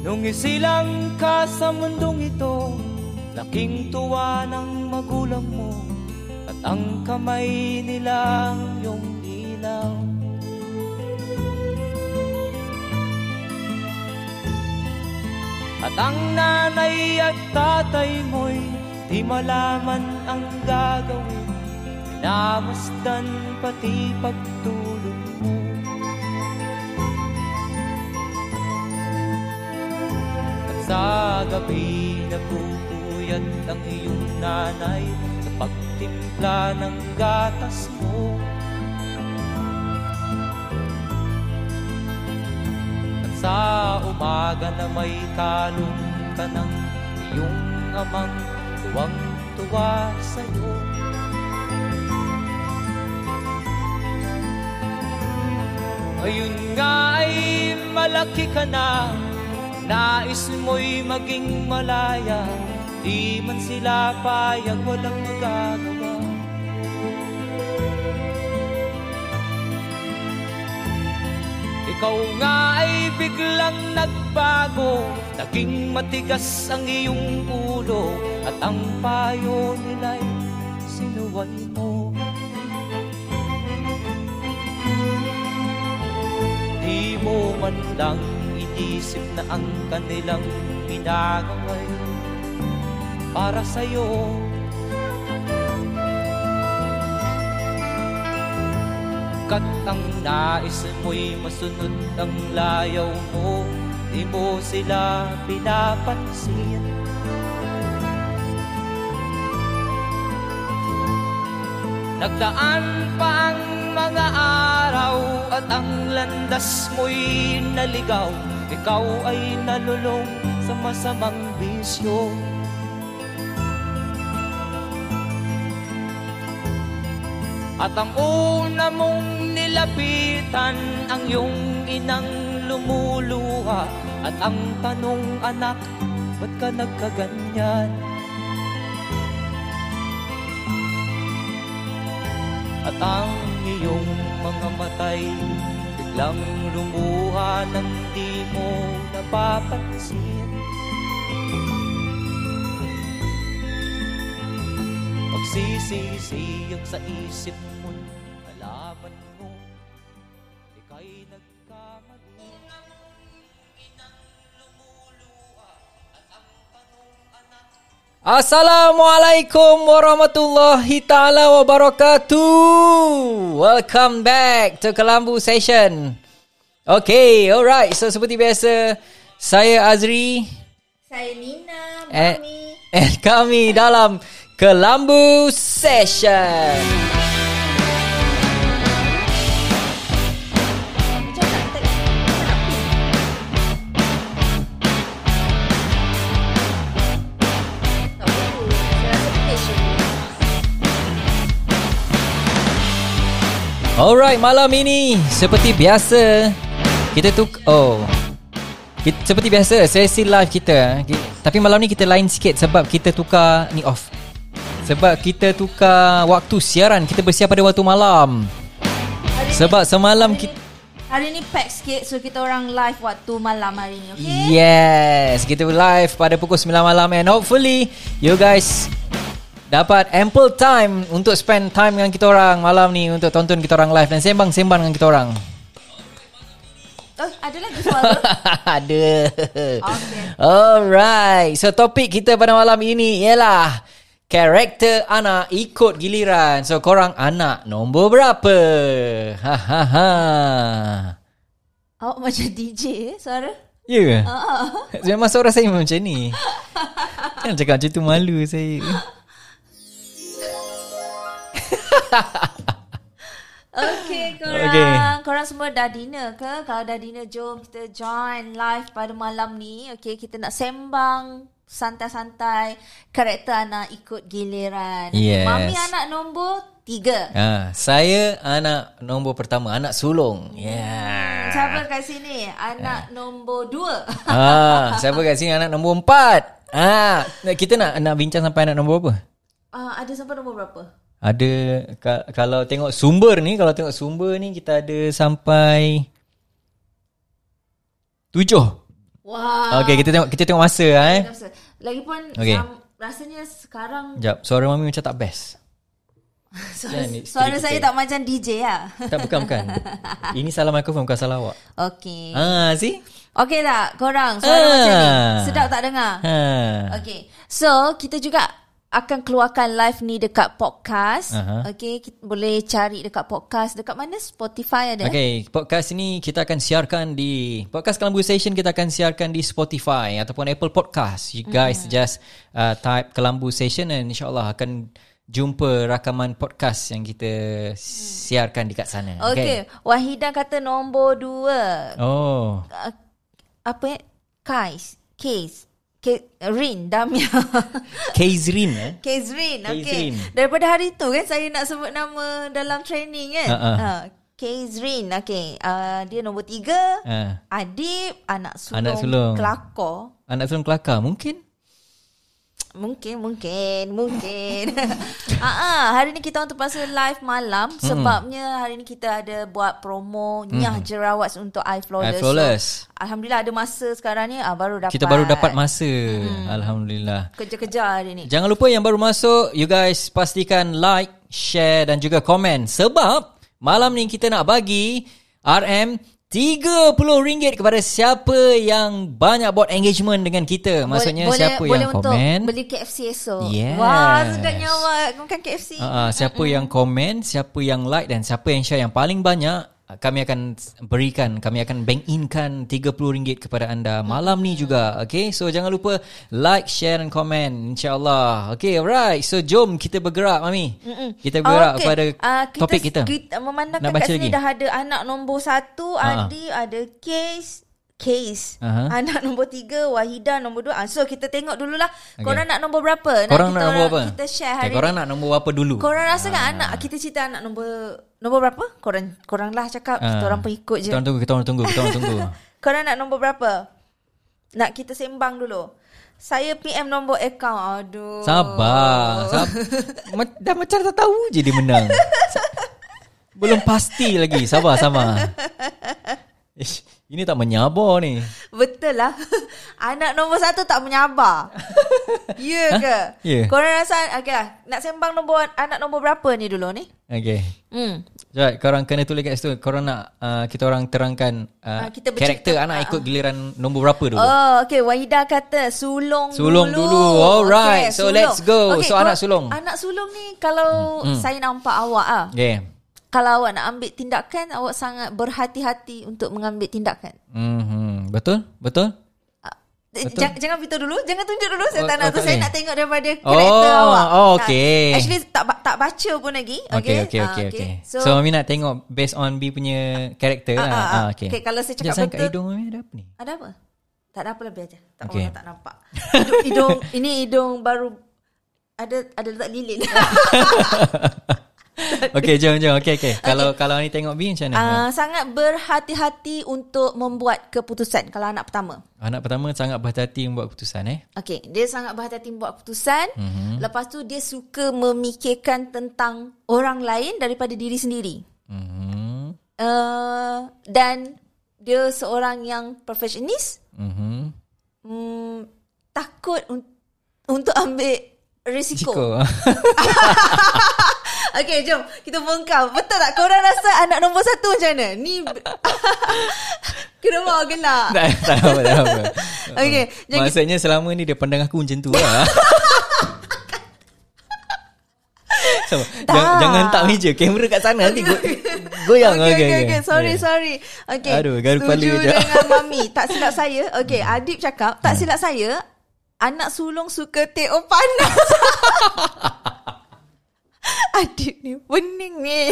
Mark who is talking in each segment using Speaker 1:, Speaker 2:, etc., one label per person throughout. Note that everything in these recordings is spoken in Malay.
Speaker 1: Sumisilang ka sa mundong ito Laking tuwa ng magulang mo At ang kamay nila ang iyong ilaw At ang nanay at tatay mo'y Di malaman ang gagawin Pinamasdan pati pagtulog mo At sa gabi napupuyat ang iyong nanay Sa pagtimpla ng gatas mo At sa umaga na may kalong ka ng iyong amang Tuwang-tuwa sa'yo Ngayon nga ay malaki ka na Nais mo'y maging malaya Di man sila payag walang magagawa Ikaw nga ay biglang nagbago Naging matigas ang iyong ulo At ang payo nila'y sinuway mo Di mo man lang inisip na ang kanilang ginagaway para sa'yo Kat ang nais mo'y masunod ang layaw mo Di mo sila pinapansin Nagdaan pa ang mga araw at ang landas mo'y naligaw Ikaw ay nalulong sa masamang bisyo At ang una mong nilapitan ang iyong inang lumuluha At ang tanong anak, ba't ka nagkaganyan? At ang iyong mga matay Biglang lumuha ng di mo napapansin Pagsisisiyang sa isip mo Alaman mo Ika'y nagkamali
Speaker 2: Assalamualaikum warahmatullahi taala wabarakatuh. Welcome back to Kelambu Session. Okay, alright. So seperti biasa, saya Azri
Speaker 3: Saya Nina,
Speaker 2: Eh.
Speaker 3: Mami.
Speaker 2: and kami dalam Kelambu Session.
Speaker 3: Macam nak tak macam nak pin. Tak perlu. Saya rasa finish dulu.
Speaker 2: Alright, malam ini seperti biasa kita tuk oh kita, seperti biasa sesi live kita. eh. Ki- Tapi malam ni kita lain sikit sebab kita tukar ni off. Sebab kita tukar waktu siaran, kita bersiar pada waktu malam.
Speaker 3: Hari
Speaker 2: Sebab semalam
Speaker 3: hari
Speaker 2: kita
Speaker 3: ni- Hari ni pack sikit So kita orang live Waktu malam hari ni Okay
Speaker 2: Yes, kita live pada pukul 9 malam and hopefully you guys dapat ample time untuk spend time dengan kita orang malam ni untuk tonton kita orang live dan sembang-sembang dengan kita orang.
Speaker 3: Oh ada lagi suara
Speaker 2: Ada.
Speaker 3: Okay.
Speaker 2: Alright. So topik kita pada malam ini ialah karakter anak ikut giliran. So korang anak nombor berapa? Ha ha ha.
Speaker 3: Awak macam DJ eh Suara Ah,
Speaker 2: Ya yeah. Memang suara saya memang macam ni Jangan cakap macam tu malu saya
Speaker 3: Okay korang
Speaker 2: Okay.
Speaker 3: Korang semua dah dinner ke Kalau dah dinner Jom kita join live Pada malam ni Okay kita nak sembang Santai-santai Karakter anak ikut giliran
Speaker 2: Yes.
Speaker 3: Mami anak nombor Tiga
Speaker 2: ha, Saya anak nombor pertama Anak sulung Ya. Yeah
Speaker 3: Siapa kat sini? Anak nombor dua.
Speaker 2: ha, Siapa kat sini anak nombor empat ha, Kita nak nak bincang sampai anak nombor apa?
Speaker 3: Uh, ada sampai nombor berapa?
Speaker 2: Ada ka, Kalau tengok sumber ni Kalau tengok sumber ni Kita ada sampai Tujuh
Speaker 3: Wah.
Speaker 2: Okay, kita tengok kita tengok masa lah, eh.
Speaker 3: Lagipun
Speaker 2: Okay.
Speaker 3: um, rasanya sekarang
Speaker 2: Sekejap, suara mami macam tak best.
Speaker 3: suara,
Speaker 2: ni
Speaker 3: suara
Speaker 2: straight
Speaker 3: saya
Speaker 2: putih.
Speaker 3: tak macam DJ lah.
Speaker 2: Tak bukan bukan. Ini salah mikrofon bukan salah awak.
Speaker 3: Okay.
Speaker 2: Ah, see?
Speaker 3: Okay tak korang suara
Speaker 2: Ah.
Speaker 3: macam ni? Sedap tak dengar?
Speaker 2: Ha.
Speaker 3: Okay. So, kita juga akan keluarkan live ni dekat podcast.
Speaker 2: Aha.
Speaker 3: Uh-huh. Okay, kita boleh cari dekat podcast. Dekat mana? Spotify ada. eh?
Speaker 2: Okay, podcast ini kita akan siarkan di Podcast Kelambu Station kita akan siarkan di Spotify ataupun Apple Podcast. You guys just uh, type Kelambu Station and insyaallah akan jumpa rakaman podcast yang kita siarkan dekat sana.
Speaker 3: Okay. Wahida kata nombor dua.
Speaker 2: Oh.
Speaker 3: Uh, apa eh? Kais. Kais. Ke- Rin Damia
Speaker 2: Kaizrin eh.
Speaker 3: Kezrin okay.
Speaker 2: Kezrin.
Speaker 3: Daripada hari tu kan Saya nak sebut nama Dalam training kan
Speaker 2: Ah, ah.
Speaker 3: uh, Kezrin okay. uh, Dia nombor tiga
Speaker 2: Ah.
Speaker 3: Adib Anak sulung,
Speaker 2: Anak sulung.
Speaker 3: Kelakor
Speaker 2: Anak sulung kelakar mungkin.
Speaker 3: Mungkin, mungkin, mungkin. Ah, ah, hari ni kita orang terpaksa live malam
Speaker 2: Hmm.
Speaker 3: sebabnya hari ni kita ada buat promo nyah jerawat untuk eye flawless.
Speaker 2: Eye Hmm. flawless.
Speaker 3: So, Alhamdulillah ada masa sekarang ni ah, baru dapat.
Speaker 2: Kita baru dapat masa. Alhamdulillah.
Speaker 3: kerja-kerja hari ni.
Speaker 2: Jangan lupa yang baru masuk, you guys pastikan like, share dan juga komen sebab malam ni kita nak bagi RM RM30 kepada siapa yang banyak buat engagement dengan kita. Maksudnya
Speaker 3: boleh,
Speaker 2: siapa
Speaker 3: boleh
Speaker 2: yang
Speaker 3: untuk
Speaker 2: komen.
Speaker 3: beli KFC esok.
Speaker 2: Yes.
Speaker 3: Wah, sedap nyawa makan KFC.
Speaker 2: Uh, siapa yang komen, siapa yang like dan siapa yang share yang paling banyak uh, kami akan berikan, kami akan bank inkan RM30 kepada anda malam ni juga. Okay, so jangan lupa like, share dan komen insyaAllah. Okay, alright. So, jom kita bergerak, Mami. Mm-mm. Kita bergerak okay. pada
Speaker 3: Ah,
Speaker 2: uh, topik kita.
Speaker 3: kita memandangkan
Speaker 2: Nak
Speaker 3: kat
Speaker 2: baca
Speaker 3: sini
Speaker 2: lagi? Ah.
Speaker 3: dah ada anak nombor satu, Adi ada case case.
Speaker 2: Aha.
Speaker 3: Anak nombor tiga, Wahida nombor dua. Ah, so kita tengok dululah okay. korang nak nombor berapa.
Speaker 2: Korang
Speaker 3: kita
Speaker 2: nak nombor apa?
Speaker 3: Kita share
Speaker 2: okay,
Speaker 3: hari
Speaker 2: korang Ah.
Speaker 3: ni.
Speaker 2: nak nombor apa dulu?
Speaker 3: Korang rasa kan anak kita cerita anak nombor nombor berapa? Korang korang lah cakap
Speaker 2: Ah.
Speaker 3: kita orang pengikut je.
Speaker 2: Kita orang tunggu, kita orang tunggu, kita orang tunggu.
Speaker 3: Korang nak nombor berapa? Nak kita sembang dulu. Saya PM nombor account. Aduh.
Speaker 2: Sabar. Sab- Ma- dah macam tak tahu je dia menang. Sa- Belum pasti lagi. Sabar, sabar. Ish, ini tak menyabar ni.
Speaker 3: Betul lah Anak nombor satu tak menyabar Ya ke?
Speaker 2: Ya.
Speaker 3: Korang rasa okay lah. Nak sembang nombor Anak nombor berapa ni dulu ni?
Speaker 2: Okay.
Speaker 3: Hmm.
Speaker 2: Sekejap, korang kena tulis kat situ. Korang nak uh, kita orang terangkan uh,
Speaker 3: Ah, kita bercerita.
Speaker 2: karakter anak ikut giliran nombor berapa dulu.
Speaker 3: Oh, okay. Wahida kata sulung,
Speaker 2: Sulung
Speaker 3: dulu.
Speaker 2: dulu. Alright. So, let's go. So,
Speaker 3: kor-
Speaker 2: anak sulung. Hmm,
Speaker 3: Anak sulung ni kalau saya nampak awak ah,
Speaker 2: Okay.
Speaker 3: kalau awak nak ambil tindakan, awak sangat berhati-hati untuk mengambil tindakan.
Speaker 2: Mm-hmm. Betul? Betul?
Speaker 3: Ah, Jangan, jangan pintu dulu Jangan tunjuk dulu Saya
Speaker 2: Oh,
Speaker 3: tak nak
Speaker 2: oh,
Speaker 3: tu
Speaker 2: tak
Speaker 3: Saya
Speaker 2: boleh.
Speaker 3: nak tengok daripada Karakter
Speaker 2: Oh, oh,
Speaker 3: awak Ah,
Speaker 2: okay.
Speaker 3: Actually tak ba- tak baca pun lagi
Speaker 2: Okay, okay, okay,
Speaker 3: Ah,
Speaker 2: okay. okay.
Speaker 3: So,
Speaker 2: So, so Mami nak tengok based on B punya karakter
Speaker 3: ah,
Speaker 2: lah.
Speaker 3: ah, ah.
Speaker 2: Ah, okay.
Speaker 3: Okay, kalau saya cakap
Speaker 2: Jangan sangat kat
Speaker 3: betul-
Speaker 2: hidung Mami ada apa ni?
Speaker 3: Ada apa? Tak ada apa lebih aja Tak
Speaker 2: Okay.
Speaker 3: okay. orang tak nampak hidung, hidung Ini hidung baru Ada ada letak lilin
Speaker 2: Okay, jom, jom. Okay, okay. Kalau kalau ni tengok B macam mana?
Speaker 3: Ah, Sangat berhati-hati Untuk membuat keputusan Kalau anak pertama
Speaker 2: Anak pertama sangat berhati-hati membuat keputusan eh.
Speaker 3: Okay, dia sangat berhati-hati buat keputusan.
Speaker 2: Mhm.
Speaker 3: Mm-hmm. Lepas tu dia suka memikirkan tentang orang lain daripada diri sendiri.
Speaker 2: Mhm.
Speaker 3: Uh, dan dia seorang yang perfectionist,
Speaker 2: Mhm.
Speaker 3: mm, takut un- untuk ambil risiko.
Speaker 2: Ciko.
Speaker 3: risiko. Okay, jom kita bongkar. Betul tak? Korang rasa anak nombor satu macam mana? Ni kena mau gelak.
Speaker 2: tak tak apa, tak apa.
Speaker 3: Okay, jom kita-
Speaker 2: Maksudnya selama ni dia pandang aku macam tu lah. Sama. Jangan,
Speaker 3: Tak.
Speaker 2: jangan tak meja. Kamera kat sana nanti go, goyang.
Speaker 3: okay, okay, okay, Sorry, sorry. Okay.
Speaker 2: Aduh, garu kepala Hmm.
Speaker 3: Setuju
Speaker 2: je.
Speaker 3: dengan mami. Tak silap saya. Okay, Adib cakap, tak silap saya, anak sulung suka teh o panas. Adib ni pening ni.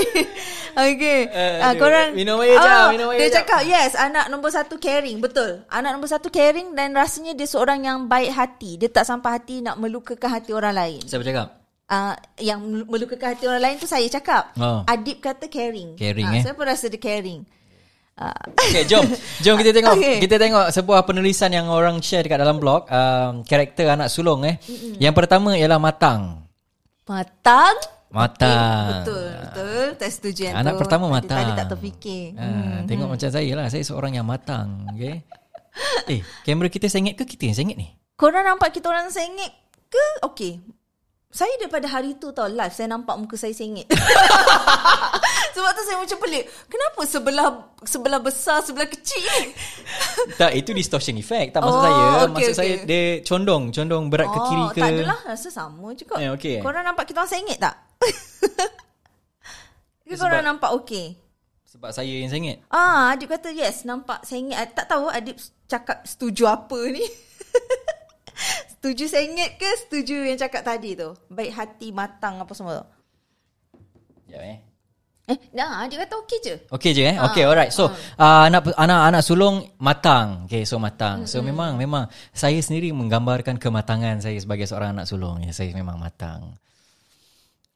Speaker 3: Okay.
Speaker 2: Eh,
Speaker 3: Uh,
Speaker 2: aduh,
Speaker 3: korang.
Speaker 2: minum air jap,
Speaker 3: Ah,
Speaker 2: minum air
Speaker 3: Dia
Speaker 2: jap.
Speaker 3: cakap, yes, anak nombor satu caring. Betul. Anak nombor satu caring dan rasanya dia seorang yang baik hati. Dia tak sampai hati nak melukakan hati orang lain.
Speaker 2: Siapa cakap?
Speaker 3: Uh, yang melu- melukakan hati orang lain tu saya cakap.
Speaker 2: Oh.
Speaker 3: Adib kata caring.
Speaker 2: Caring,
Speaker 3: Ah,
Speaker 2: eh.
Speaker 3: Saya pun rasa dia caring. Uh,
Speaker 2: Okay, jom. Jom kita tengok okay.
Speaker 3: Okay.
Speaker 2: kita tengok sebuah penulisan yang orang share dekat dalam blog um, karakter anak sulung eh. Mm-mm. Yang pertama ialah matang.
Speaker 3: matang.
Speaker 2: Matang.
Speaker 3: Betul, betul. Tak setuju
Speaker 2: Ah.
Speaker 3: yang
Speaker 2: Anak
Speaker 3: tu.
Speaker 2: pertama
Speaker 3: Tadi-
Speaker 2: matang.
Speaker 3: Hmm. Tadi tak terfikir.
Speaker 2: Ah, tengok macam saya lah. Saya seorang yang matang, okay? Eh, kamera kita sengit ke kita yang sengit ni?
Speaker 3: Korang nampak kita orang sengit ke? Okay. Saya daripada hari tu tau live saya nampak muka saya sengit. Sebab tu saya macam pelik. Kenapa sebelah sebelah besar, sebelah kecil ni?
Speaker 2: Tak, itu distortion effect. Tak maksud
Speaker 3: Oh,
Speaker 2: saya.
Speaker 3: okey,
Speaker 2: maksud
Speaker 3: okey. Oh,
Speaker 2: saya dia condong, condong berat ke kiri ke.
Speaker 3: tak adalah rasa sama juga.
Speaker 2: Eh, okey, eh?
Speaker 3: Korang nampak kita orang sengit tak? Ke
Speaker 2: Sebab-
Speaker 3: korang nampak okey?
Speaker 2: Sebab saya yang sengit.
Speaker 3: Ah, adik kata yes, nampak sengit. Ah, Tak tahu adik cakap setuju apa ni. setuju sengit ke setuju yang cakap tadi tu? Baik hati, matang apa semua tu.
Speaker 2: Sekejap eh.
Speaker 3: Eh, dah adik kata okey je.
Speaker 2: Okay je eh.
Speaker 3: Ah.
Speaker 2: Okay, alright. So, uh, anak anak anak sulung matang. Okay, so matang. So memang memang saya sendiri menggambarkan kematangan saya sebagai seorang anak sulung. Ya, saya memang matang.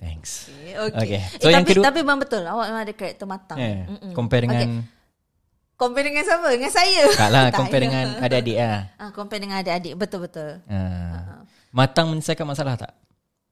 Speaker 2: Thanks.
Speaker 3: Okey.
Speaker 2: Okey.
Speaker 3: Okay.
Speaker 2: So,
Speaker 3: eh,
Speaker 2: yang
Speaker 3: tapi,
Speaker 2: kedua-
Speaker 3: tapi memang betul. Awak memang ada karakter matang.
Speaker 2: Eh,
Speaker 3: Mm-mm.
Speaker 2: compare dengan
Speaker 3: Okey. Compare dengan siapa? Dengan saya.
Speaker 2: tak lah,
Speaker 3: Tak ya.
Speaker 2: compare
Speaker 3: ada.
Speaker 2: dengan adik-adik lah.
Speaker 3: Ah, compare dengan adik-adik. Betul-betul.
Speaker 2: Uh, matang menyelesaikan masalah tak?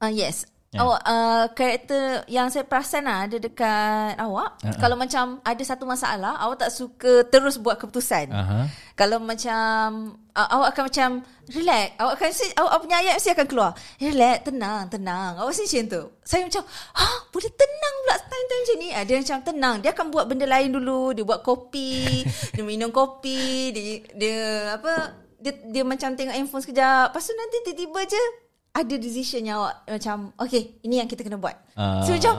Speaker 3: Ah yes.
Speaker 2: Ya.
Speaker 3: Awak uh, karakter yang saya perasan lah ada dekat awak.
Speaker 2: Ah, ah.
Speaker 3: Kalau macam ada satu masalah, awak tak suka terus buat keputusan.
Speaker 2: Aha.
Speaker 3: Kalau macam uh, awak akan macam relax, awak akan mesti, awak punya ayat mesti akan keluar. Relax, tenang, tenang. Awak mesti macam tu. Saya macam, "Ha, boleh tenang pula time-time macam ni." Ah, dia macam tenang. Dia akan buat benda lain dulu. Dia buat kopi, dia minum kopi, dia dia apa? Dia dia macam tengok handphone sekejap. Lepas tu nanti tiba-tiba je ada decision yang awak macam, "Okay, ini yang kita kena buat."
Speaker 2: Ah.
Speaker 3: So macam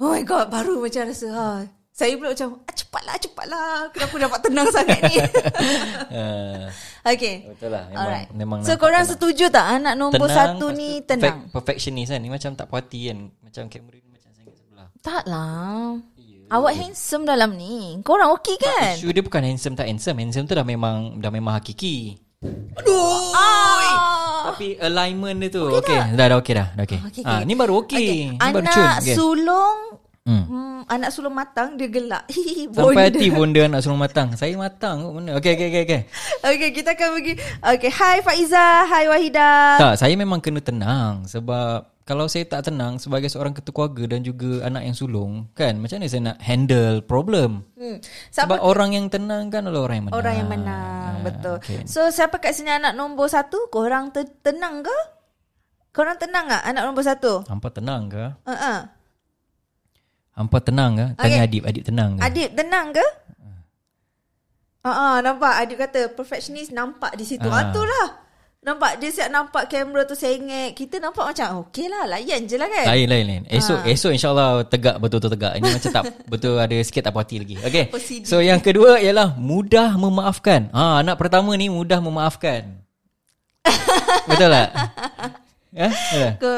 Speaker 3: Oh my god Baru macam rasa ha. Saya pula macam ah, Cepatlah cepatlah Kenapa dapat tenang sangat ni
Speaker 2: Uh,
Speaker 3: Okay
Speaker 2: Betul lah, memang-
Speaker 3: Alright
Speaker 2: memang
Speaker 3: So
Speaker 2: nampak
Speaker 3: korang
Speaker 2: tenang.
Speaker 3: setuju tak Anak nombor satu
Speaker 2: lepas
Speaker 3: ni
Speaker 2: tu
Speaker 3: tenang
Speaker 2: perfect- Perfectionist kan. Ni macam tak puas hati kan. Macam kamera ni macam sangat sebelah.
Speaker 3: Tak lah Awak handsome dalam ni Korang okey kan
Speaker 2: Isu dia bukan handsome tak handsome. Handsome tu dah memang dah memang hakiki.
Speaker 3: Ah.
Speaker 2: Tapi alignment dia tu Okey okay. Dah dah okey dah, dah okay. okay,
Speaker 3: Okey, okey.
Speaker 2: ah, Ni baru okey Ni baru cun
Speaker 3: Anak
Speaker 2: okay.
Speaker 3: sulung
Speaker 2: Hmm.
Speaker 3: hmm, Anak sulung matang Dia gelak Hihihi,
Speaker 2: Sampai
Speaker 3: bonda.
Speaker 2: hati bonda anak sulung matang Saya matang kot benda Okey okey okey okay.
Speaker 3: Okay kita akan pergi Okay Hai Faiza Hai Wahida
Speaker 2: Tak saya memang kena tenang Sebab Kalau saya tak tenang Sebagai seorang ketua keluarga Dan juga anak yang sulung Kan macam mana saya nak handle problem
Speaker 3: hmm. Siapa
Speaker 2: Sebab orang yang tenang kan Adalah orang yang menang
Speaker 3: Orang yang menang Betul
Speaker 2: okey.
Speaker 3: So siapa kat sini Anak nombor satu Korang ter- tenang ke? Korang tenang tak Anak nombor satu
Speaker 2: Hampa tenang ke?
Speaker 3: uh-uh.
Speaker 2: Hampa tenang ke? Tanya Adib Adib tenang ke?
Speaker 3: Adib tenang ke? Ah, uh-uh, nampak Adib kata perfectionist nampak di situ.
Speaker 2: Ah.
Speaker 3: Ah. itulah. Nampak dia siap nampak kamera tu sengit. Kita nampak macam okey lah layan je lah kan.
Speaker 2: Lain lain lain. Esok ha. esok insyaallah tegak betul-betul tegak. Ini macam tak betul ada sikit tak puas hati lagi. Okey.
Speaker 3: OCD.
Speaker 2: So yang kedua ialah mudah memaafkan. Ha anak pertama ni mudah memaafkan. betul tak? Ya? Yeah?
Speaker 3: Ke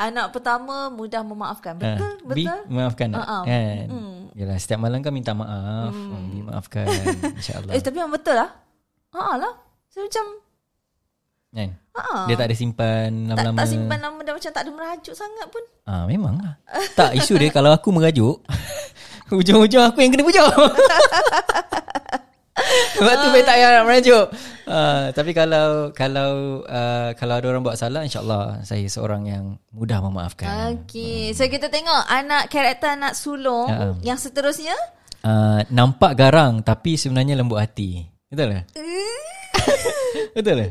Speaker 3: anak pertama mudah memaafkan.
Speaker 2: Ah,
Speaker 3: Betul, betul. Ah,
Speaker 2: B,
Speaker 3: Hmm.
Speaker 2: maafkan tak?
Speaker 3: Ha-ha.
Speaker 2: Kan? Yalah, setiap malam kan minta maaf. Hmm. B, maafkan. InsyaAllah.
Speaker 3: Eh tapi yang betul lah. Ha lah. Saya macam
Speaker 2: kan?
Speaker 3: ha
Speaker 2: Dia tak ada simpan
Speaker 3: tak,
Speaker 2: lama-lama.
Speaker 3: tak simpan lama dah macam tak ada merajuk sangat pun.
Speaker 2: Ah, memang lah. tak, isu dia kalau aku merajuk, ujung-ujung aku yang kena pujuk. Sebab tu saya tak payah nak merajuk. Ah, tapi kalau kalau ah, kalau ada orang buat salah, insyaAllah saya seorang yang mudah
Speaker 3: Ah.
Speaker 2: memaafkan.
Speaker 3: Okey. So kita tengok anak karakter anak sulung
Speaker 2: Ya.
Speaker 3: yang seterusnya.
Speaker 2: Ah, nampak garang tapi sebenarnya lembut hati. Betul tak?
Speaker 3: Eh.
Speaker 2: Betul tak?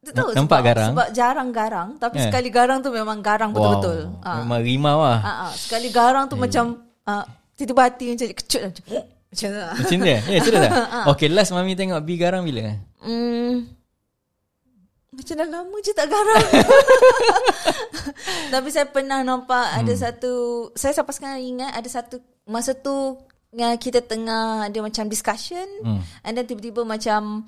Speaker 3: Tak tahu
Speaker 2: Nampak
Speaker 3: sebab,
Speaker 2: garang?
Speaker 3: Sebab jarang garang Tapi
Speaker 2: Eh.
Speaker 3: sekali garang tu memang garang betul-betul
Speaker 2: Wow,
Speaker 3: Ah,
Speaker 2: Memang Ya. rimau lah.
Speaker 3: ah, ah. Sekali garang tu macam ah, Tiba-tiba hati macam kecut lah Macam macam tu lah
Speaker 2: Macam dia? Ya, serius tak?
Speaker 3: Ah.
Speaker 2: Okay, last Mami tengok B garang bila?
Speaker 3: hmm. Macam dah lama je tak garang Tapi saya pernah nampak Ada satu Saya sampai sekarang ingat Ada satu Masa tu ya, Kita tengah Ada macam discussion
Speaker 2: Hmm.
Speaker 3: And then tiba-tiba macam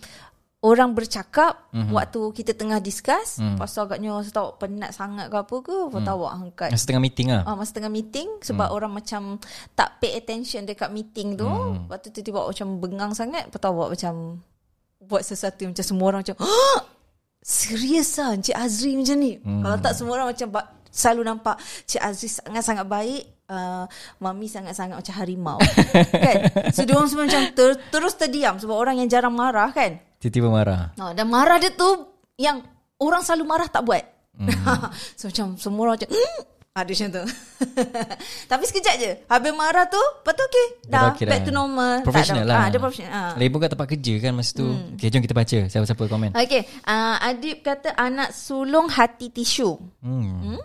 Speaker 3: Orang bercakap mm-hmm. Waktu kita tengah discuss mm. Lepas tu agaknya Saya tahu penat sangat ke apa ke Lepas tu awak angkat
Speaker 2: Masa tengah meeting lah.
Speaker 3: Ah, masa tengah meeting sebab hmm. orang macam tak pay attention dekat meeting tu. Hmm. Lepas tu tiba-tiba awak macam bengang sangat. Lepas tu awak macam buat sesuatu yang macam semua orang macam "Hah! Serius lah Encik Azri macam ni. Hmm. Kalau tak semua orang macam ba- selalu nampak Encik Azri sangat-sangat baik. Uh, mami sangat-sangat macam harimau kan so diorang semua macam ter- terus terdiam sebab orang yang jarang marah kan
Speaker 2: Tiba-tiba marah.
Speaker 3: Ha, dan marah
Speaker 2: Hmm.
Speaker 3: dia tu yang orang selalu marah tak buat. Mm. so macam semua orang macam mm, Ada macam tu Tapi sekejap je Habis marah tu Lepas tu okay Dah
Speaker 2: Dah okey
Speaker 3: back
Speaker 2: dah.
Speaker 3: to normal
Speaker 2: Professional
Speaker 3: tak,
Speaker 2: lah
Speaker 3: ha, Dia professional ha.
Speaker 2: Lagi pun kat tempat kerja kan Masa tu hmm. Okay jom kita baca Siapa-siapa komen
Speaker 3: Okay uh, Adib kata Anak sulung hati tisu
Speaker 2: hmm.
Speaker 3: hmm,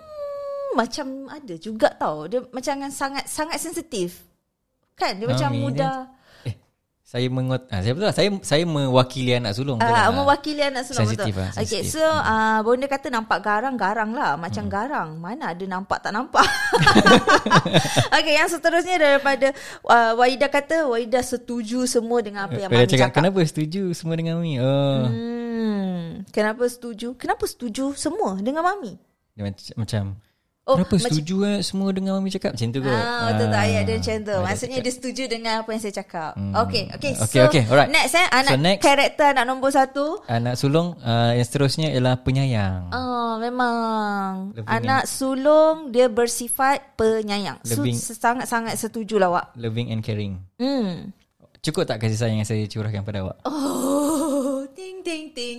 Speaker 3: Macam ada juga tau Dia macam dengan sangat Sangat sensitif Kan Dia macam
Speaker 2: Mami
Speaker 3: mudah
Speaker 2: Eh Saya mengot ah, Saya betul lah Saya, saya mewakili anak sulung betul
Speaker 3: Ah,
Speaker 2: lah.
Speaker 3: uh, mewakili anak sulung
Speaker 2: Sensitif
Speaker 3: betul.
Speaker 2: lah,
Speaker 3: okay,
Speaker 2: sensitif.
Speaker 3: so uh, bonda kata nampak garang-garang lah, macam hmm. garang. Mana ada nampak tak nampak. okay, yang seterusnya daripada uh, Waida kata Waida setuju semua dengan apa yang
Speaker 2: Dia
Speaker 3: mami
Speaker 2: Eh, cakap,
Speaker 3: cakap. Kenapa?
Speaker 2: Kenapa setuju semua dengan Mami oh, hmm.
Speaker 3: Hmm, kenapa setuju? Kenapa setuju semua dengan mami?
Speaker 2: dia macam, macam
Speaker 3: Oh,
Speaker 2: oh, Kenapa
Speaker 3: macam-
Speaker 2: setuju eh, semua dengan Mami cakap Macam tu kot
Speaker 3: Ah, betul tak ayat dia macam tu.
Speaker 2: ayat
Speaker 3: Maksudnya dia setuju dengan apa yang saya cakap.
Speaker 2: Hmm.
Speaker 3: Okay, okay.
Speaker 2: Okay,
Speaker 3: so
Speaker 2: okay, alright.
Speaker 3: next eh anak
Speaker 2: So, next.
Speaker 3: karakter anak nombor satu.
Speaker 2: Anak sulung uh, Yang seterusnya ialah penyayang
Speaker 3: Oh, memang.
Speaker 2: Lebih
Speaker 3: Anak sulung dia bersifat penyayang. So,
Speaker 2: Lebih-
Speaker 3: sangat-sangat setuju lah awak.
Speaker 2: Loving and caring
Speaker 3: Hmm.
Speaker 2: Cukup tak kasih sayang yang saya curahkan pada awak?
Speaker 3: Oh, ting ting ting. ting.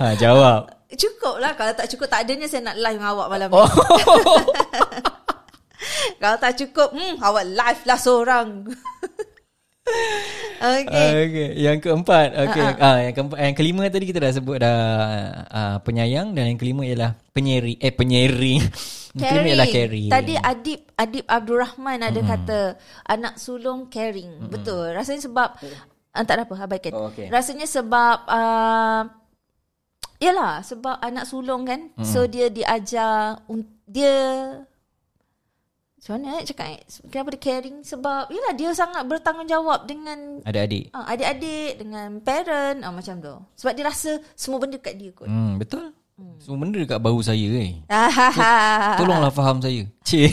Speaker 2: ha, jawab.
Speaker 3: cukup lah kalau tak cukup tak adanya saya nak live dengan awak malam
Speaker 2: Oh.
Speaker 3: ni. Kalau tak cukup, hmm, awak live lah seorang.
Speaker 2: Okay.
Speaker 3: okay.
Speaker 2: okay. Yang keempat. Okay. Uh-huh. Ah, yang keempat, yang kelima tadi kita dah sebut dah ah, penyayang dan yang kelima ialah penyeri eh penyeri. Yang kelima ialah caring.
Speaker 3: Tadi Adib Adib Abdul Rahman ada mm. kata anak sulung caring. Mm. Betul. Rasanya sebab uh, tak ada apa abaikan.
Speaker 2: Oh, okey.
Speaker 3: Rasanya sebab uh, yalah sebab anak sulung kan. Mm. So dia diajar un- dia macam mana nak cakap eh? Kenapa dia caring? Sebab yalah dia sangat bertanggungjawab dengan
Speaker 2: ada adik.
Speaker 3: uh, adik-adik, dengan parent, uh, macam tu. Sebab dia rasa semua benda kat dia kot.
Speaker 2: Hmm, betul. Semua benda dekat bahu saya eh.
Speaker 3: Mm.
Speaker 2: Tolonglah faham saya. Cik.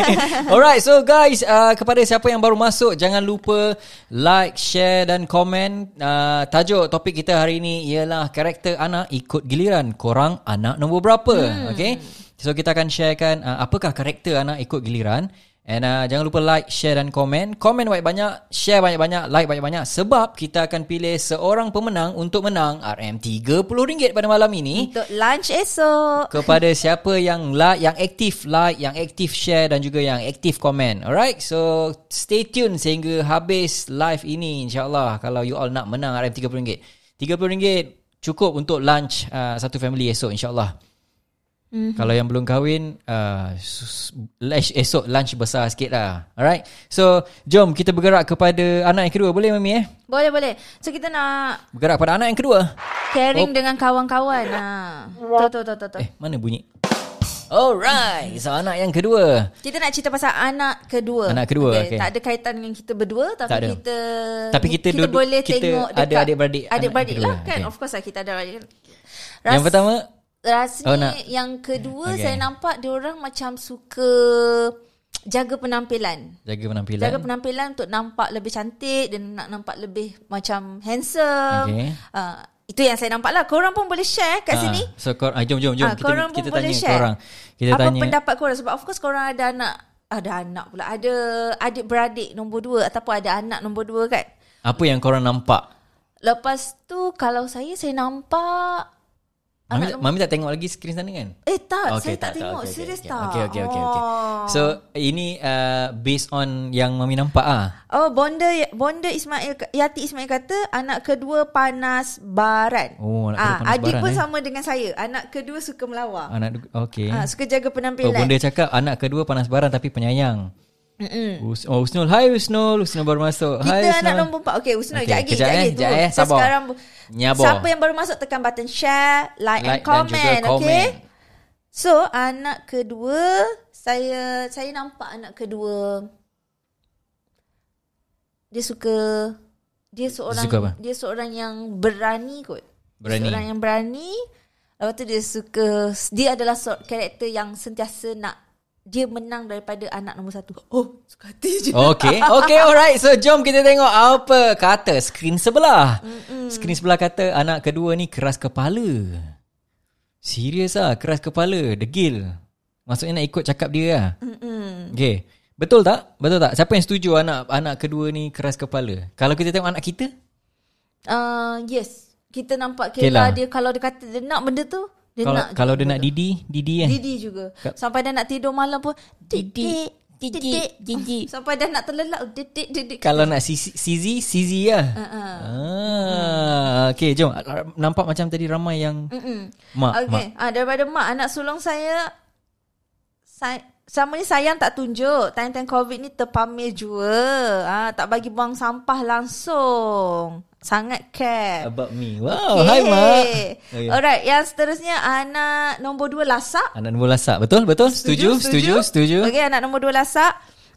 Speaker 2: Alright, so guys, uh, kepada siapa yang baru masuk, jangan lupa like, share dan komen. Uh, tajuk topik kita hari ini ialah karakter anak ikut giliran. Korang anak nombor berapa? Hmm. Okay? So kita akan sharekan uh, apakah karakter anak ikut giliran. And uh, jangan lupa like, share dan komen. Komen banyak-banyak, share banyak-banyak, like banyak-banyak sebab kita akan pilih seorang pemenang untuk menang RM30 pada malam ini
Speaker 3: Untuk lunch esok.
Speaker 2: kepada siapa yang like, yang aktif like, yang aktif share dan juga yang aktif komen. Alright, so stay tune sehingga habis live ini insyaAllah kalau you all nak menang RM30. RM30 cukup untuk lunch uh, satu family esok insyaAllah. Mm-hmm. Kalau yang belum kahwin uh, sus- lunch, Esok lunch besar sikit lah Alright So jom kita bergerak kepada Anak yang kedua Boleh Mami eh
Speaker 3: Boleh boleh. So kita nak
Speaker 2: Bergerak pada anak yang kedua
Speaker 3: caring oh. dengan kawan-kawan. Ha. Tu tu tu tu. tu.
Speaker 2: Eh mana bunyi Alright So anak yang kedua
Speaker 3: Kita nak cerita pasal anak kedua.
Speaker 2: Anak kedua, okey.
Speaker 3: Tak ada kaitan dengan kita berdua tapi
Speaker 2: Tak ada.
Speaker 3: kita
Speaker 2: Tapi kita
Speaker 3: kita
Speaker 2: duduk-
Speaker 3: boleh
Speaker 2: kita
Speaker 3: tengok
Speaker 2: ada
Speaker 3: dekat
Speaker 2: adik-beradik anak
Speaker 3: Adik-beradik
Speaker 2: kedua,
Speaker 3: lah kan.
Speaker 2: okey.
Speaker 3: Of course lah kita ada adik.
Speaker 2: Yang pertama
Speaker 3: rasanya
Speaker 2: Oh,
Speaker 3: oh,
Speaker 2: nak-
Speaker 3: yang kedua
Speaker 2: Okey.
Speaker 3: okay. saya nampak dia orang macam suka jaga penampilan.
Speaker 2: Jaga penampilan
Speaker 3: Jaga penampilan untuk nampak lebih cantik dan nak nampak lebih macam handsome.
Speaker 2: Okey.
Speaker 3: Uh, itu yang saya nampak lah. Korang pun boleh share kat
Speaker 2: Ah,
Speaker 3: sini.
Speaker 2: So kor, ah, jom jom jom
Speaker 3: Ah,
Speaker 2: kita
Speaker 3: korang pun
Speaker 2: kita tanya
Speaker 3: boleh share.
Speaker 2: korang. Kita
Speaker 3: Apa
Speaker 2: tanya
Speaker 3: pendapat korang? Sebab of course korang ada anak. Ada anak pula. Ada adik-beradik nombor dua ataupun ada anak nombor dua kan.
Speaker 2: apa yang korang nampak.
Speaker 3: Lepas tu kalau saya, saya nampak...
Speaker 2: Mami, tak- Mami tak tengok lagi skrin sana kan?
Speaker 3: Eh tak,
Speaker 2: Okey,
Speaker 3: saya tak, tengok.
Speaker 2: okey,
Speaker 3: Serius
Speaker 2: okey,
Speaker 3: tak?
Speaker 2: Okey okey okey okey.
Speaker 3: Oh.
Speaker 2: So ini uh, based on yang Mami nampak ah.
Speaker 3: Oh, bonda bonda Ismail Yati Ismail kata anak kedua panas baran.
Speaker 2: Oh, anak kedua
Speaker 3: Ah,
Speaker 2: panas
Speaker 3: adik
Speaker 2: baran,
Speaker 3: pun
Speaker 2: eh.
Speaker 3: sama dengan saya. Anak kedua suka melawak.
Speaker 2: Anak okey.
Speaker 3: Ah, suka jaga
Speaker 2: Oh,
Speaker 3: penampilan.
Speaker 2: bunda cakap anak kedua panas baran tapi penyayang.
Speaker 3: Mm-mm.
Speaker 2: Us- Oh, Usnul. Hai Usnul. Usnul baru masuk.
Speaker 3: Kita
Speaker 2: Hai
Speaker 3: anak
Speaker 2: Usnul.
Speaker 3: nombor empat. Okey, Usno
Speaker 2: Okey,
Speaker 3: okay, lagi.
Speaker 2: kejap, eh, kejap, eh, sabar.
Speaker 3: sekarang
Speaker 2: Nyabar.
Speaker 3: siapa yang baru masuk tekan button share, like,
Speaker 2: Like dan
Speaker 3: and comment,
Speaker 2: juga
Speaker 3: okey.
Speaker 2: komen.
Speaker 3: So, anak kedua saya saya nampak anak kedua dia suka dia seorang
Speaker 2: suka apa?
Speaker 3: dia seorang yang berani kot. Dia
Speaker 2: Berani.
Speaker 3: Seorang yang berani. Lepas tu dia suka dia adalah sort karakter yang sentiasa nak dia menang daripada anak nombor satu. Oh, suka hati je.
Speaker 2: Okay, okay, alright. So jom kita tengok apa kata skrin sebelah. Mm-mm. Skrin sebelah kata anak kedua ni keras kepala. Serius ah, keras kepala, degil. Maksudnya nak ikut cakap dia lah.
Speaker 3: Mm-mm.
Speaker 2: Okay. Betul tak? Betul tak? Siapa yang setuju anak anak kedua ni keras kepala? Kalau kita tengok anak kita,
Speaker 3: Uh, yes. Kita nampak
Speaker 2: Kela.
Speaker 3: Kela, dia kalau dia kata dia nak benda tu, Dia
Speaker 2: kalau,
Speaker 3: nak
Speaker 2: kalau dia
Speaker 3: juga
Speaker 2: nak
Speaker 3: betul.
Speaker 2: Didi, Didi kan.
Speaker 3: Didi juga. Sampai dah nak tidur malam pun didik didik didik. Sampai dah nak terlelap didik didik.
Speaker 2: Kalau nak sisi- Sizi, Sizi lah.
Speaker 3: Uh-uh.
Speaker 2: Ah, okay, jom. Nampak macam tadi ramai yang
Speaker 3: Mm-mm.
Speaker 2: mak, mak.
Speaker 3: Okey, ah daripada mak anak sulung saya saya sama ni sayang tak tunjuk. Time-time COVID ni terpamer jua. Ah tak bagi buang sampah langsung. Sangat care.
Speaker 2: About me. Wow, okay. hi Oh, mak. Oh, ya.
Speaker 3: Okay.
Speaker 2: Okay.
Speaker 3: Alright, yang seterusnya anak nombor dua lasak.
Speaker 2: Anak nombor lasak. Betul? Betul? Setuju? Setuju? Setuju?
Speaker 3: Okey, anak nombor dua lasak.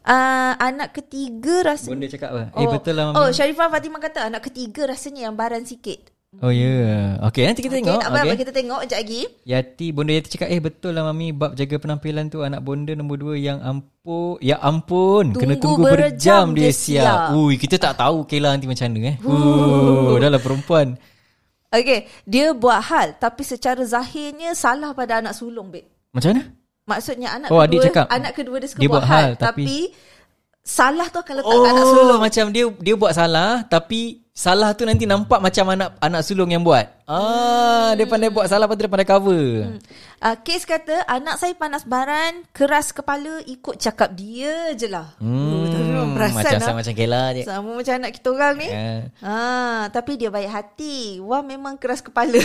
Speaker 3: Ah anak ketiga rasanya.
Speaker 2: Bunda cakap apa? Eh, betul lah.
Speaker 3: Oh,
Speaker 2: Mami.
Speaker 3: Sharifah Fatimah kata anak ketiga rasanya yang baran sikit.
Speaker 2: Oh, ya. Yeah. Okay, nanti kita tengok.
Speaker 3: Okay, tak apa-apa
Speaker 2: Okay.
Speaker 3: kita tengok kejap lagi.
Speaker 2: Yati, Bunda Yati cakap, eh betul lah Mami, bab jaga penampilan tu anak bonda nombor dua yang ampun. Ya ampun, kena
Speaker 3: Tunggu
Speaker 2: tunggu
Speaker 3: berjam
Speaker 2: berjam dia
Speaker 3: dia siap.
Speaker 2: siap. Ui, kita tak tahu Kela nanti macam mana eh. Uh, dah lah perempuan.
Speaker 3: Okay, dia buat hal tapi secara zahirnya salah pada anak sulung, babe.
Speaker 2: Macam mana?
Speaker 3: Maksudnya anak
Speaker 2: Oh,
Speaker 3: kedua,
Speaker 2: adik cakap.
Speaker 3: anak kedua dia suka
Speaker 2: Dia
Speaker 3: buat
Speaker 2: buat
Speaker 3: hal,
Speaker 2: hal,
Speaker 3: tapi,
Speaker 2: tapi-
Speaker 3: salah tu akan letak
Speaker 2: Oh,
Speaker 3: kat anak sulung.
Speaker 2: macam dia dia buat salah tapi salah tu nanti nampak macam anak anak sulung yang buat.
Speaker 3: Hmm.
Speaker 2: Ah, dia pandai buat salah patut dia pandai cover.
Speaker 3: Uh, Kes kata anak saya panas baran, keras kepala, ikut cakap dia je lah. Oh, tak tahu,
Speaker 2: Hmm,
Speaker 3: perasan
Speaker 2: macam
Speaker 3: lah.
Speaker 2: sama macam Kela je.
Speaker 3: Sama macam anak kita orang ni.
Speaker 2: Ya.
Speaker 3: Ah, tapi dia baik hati. Wah memang keras kepala.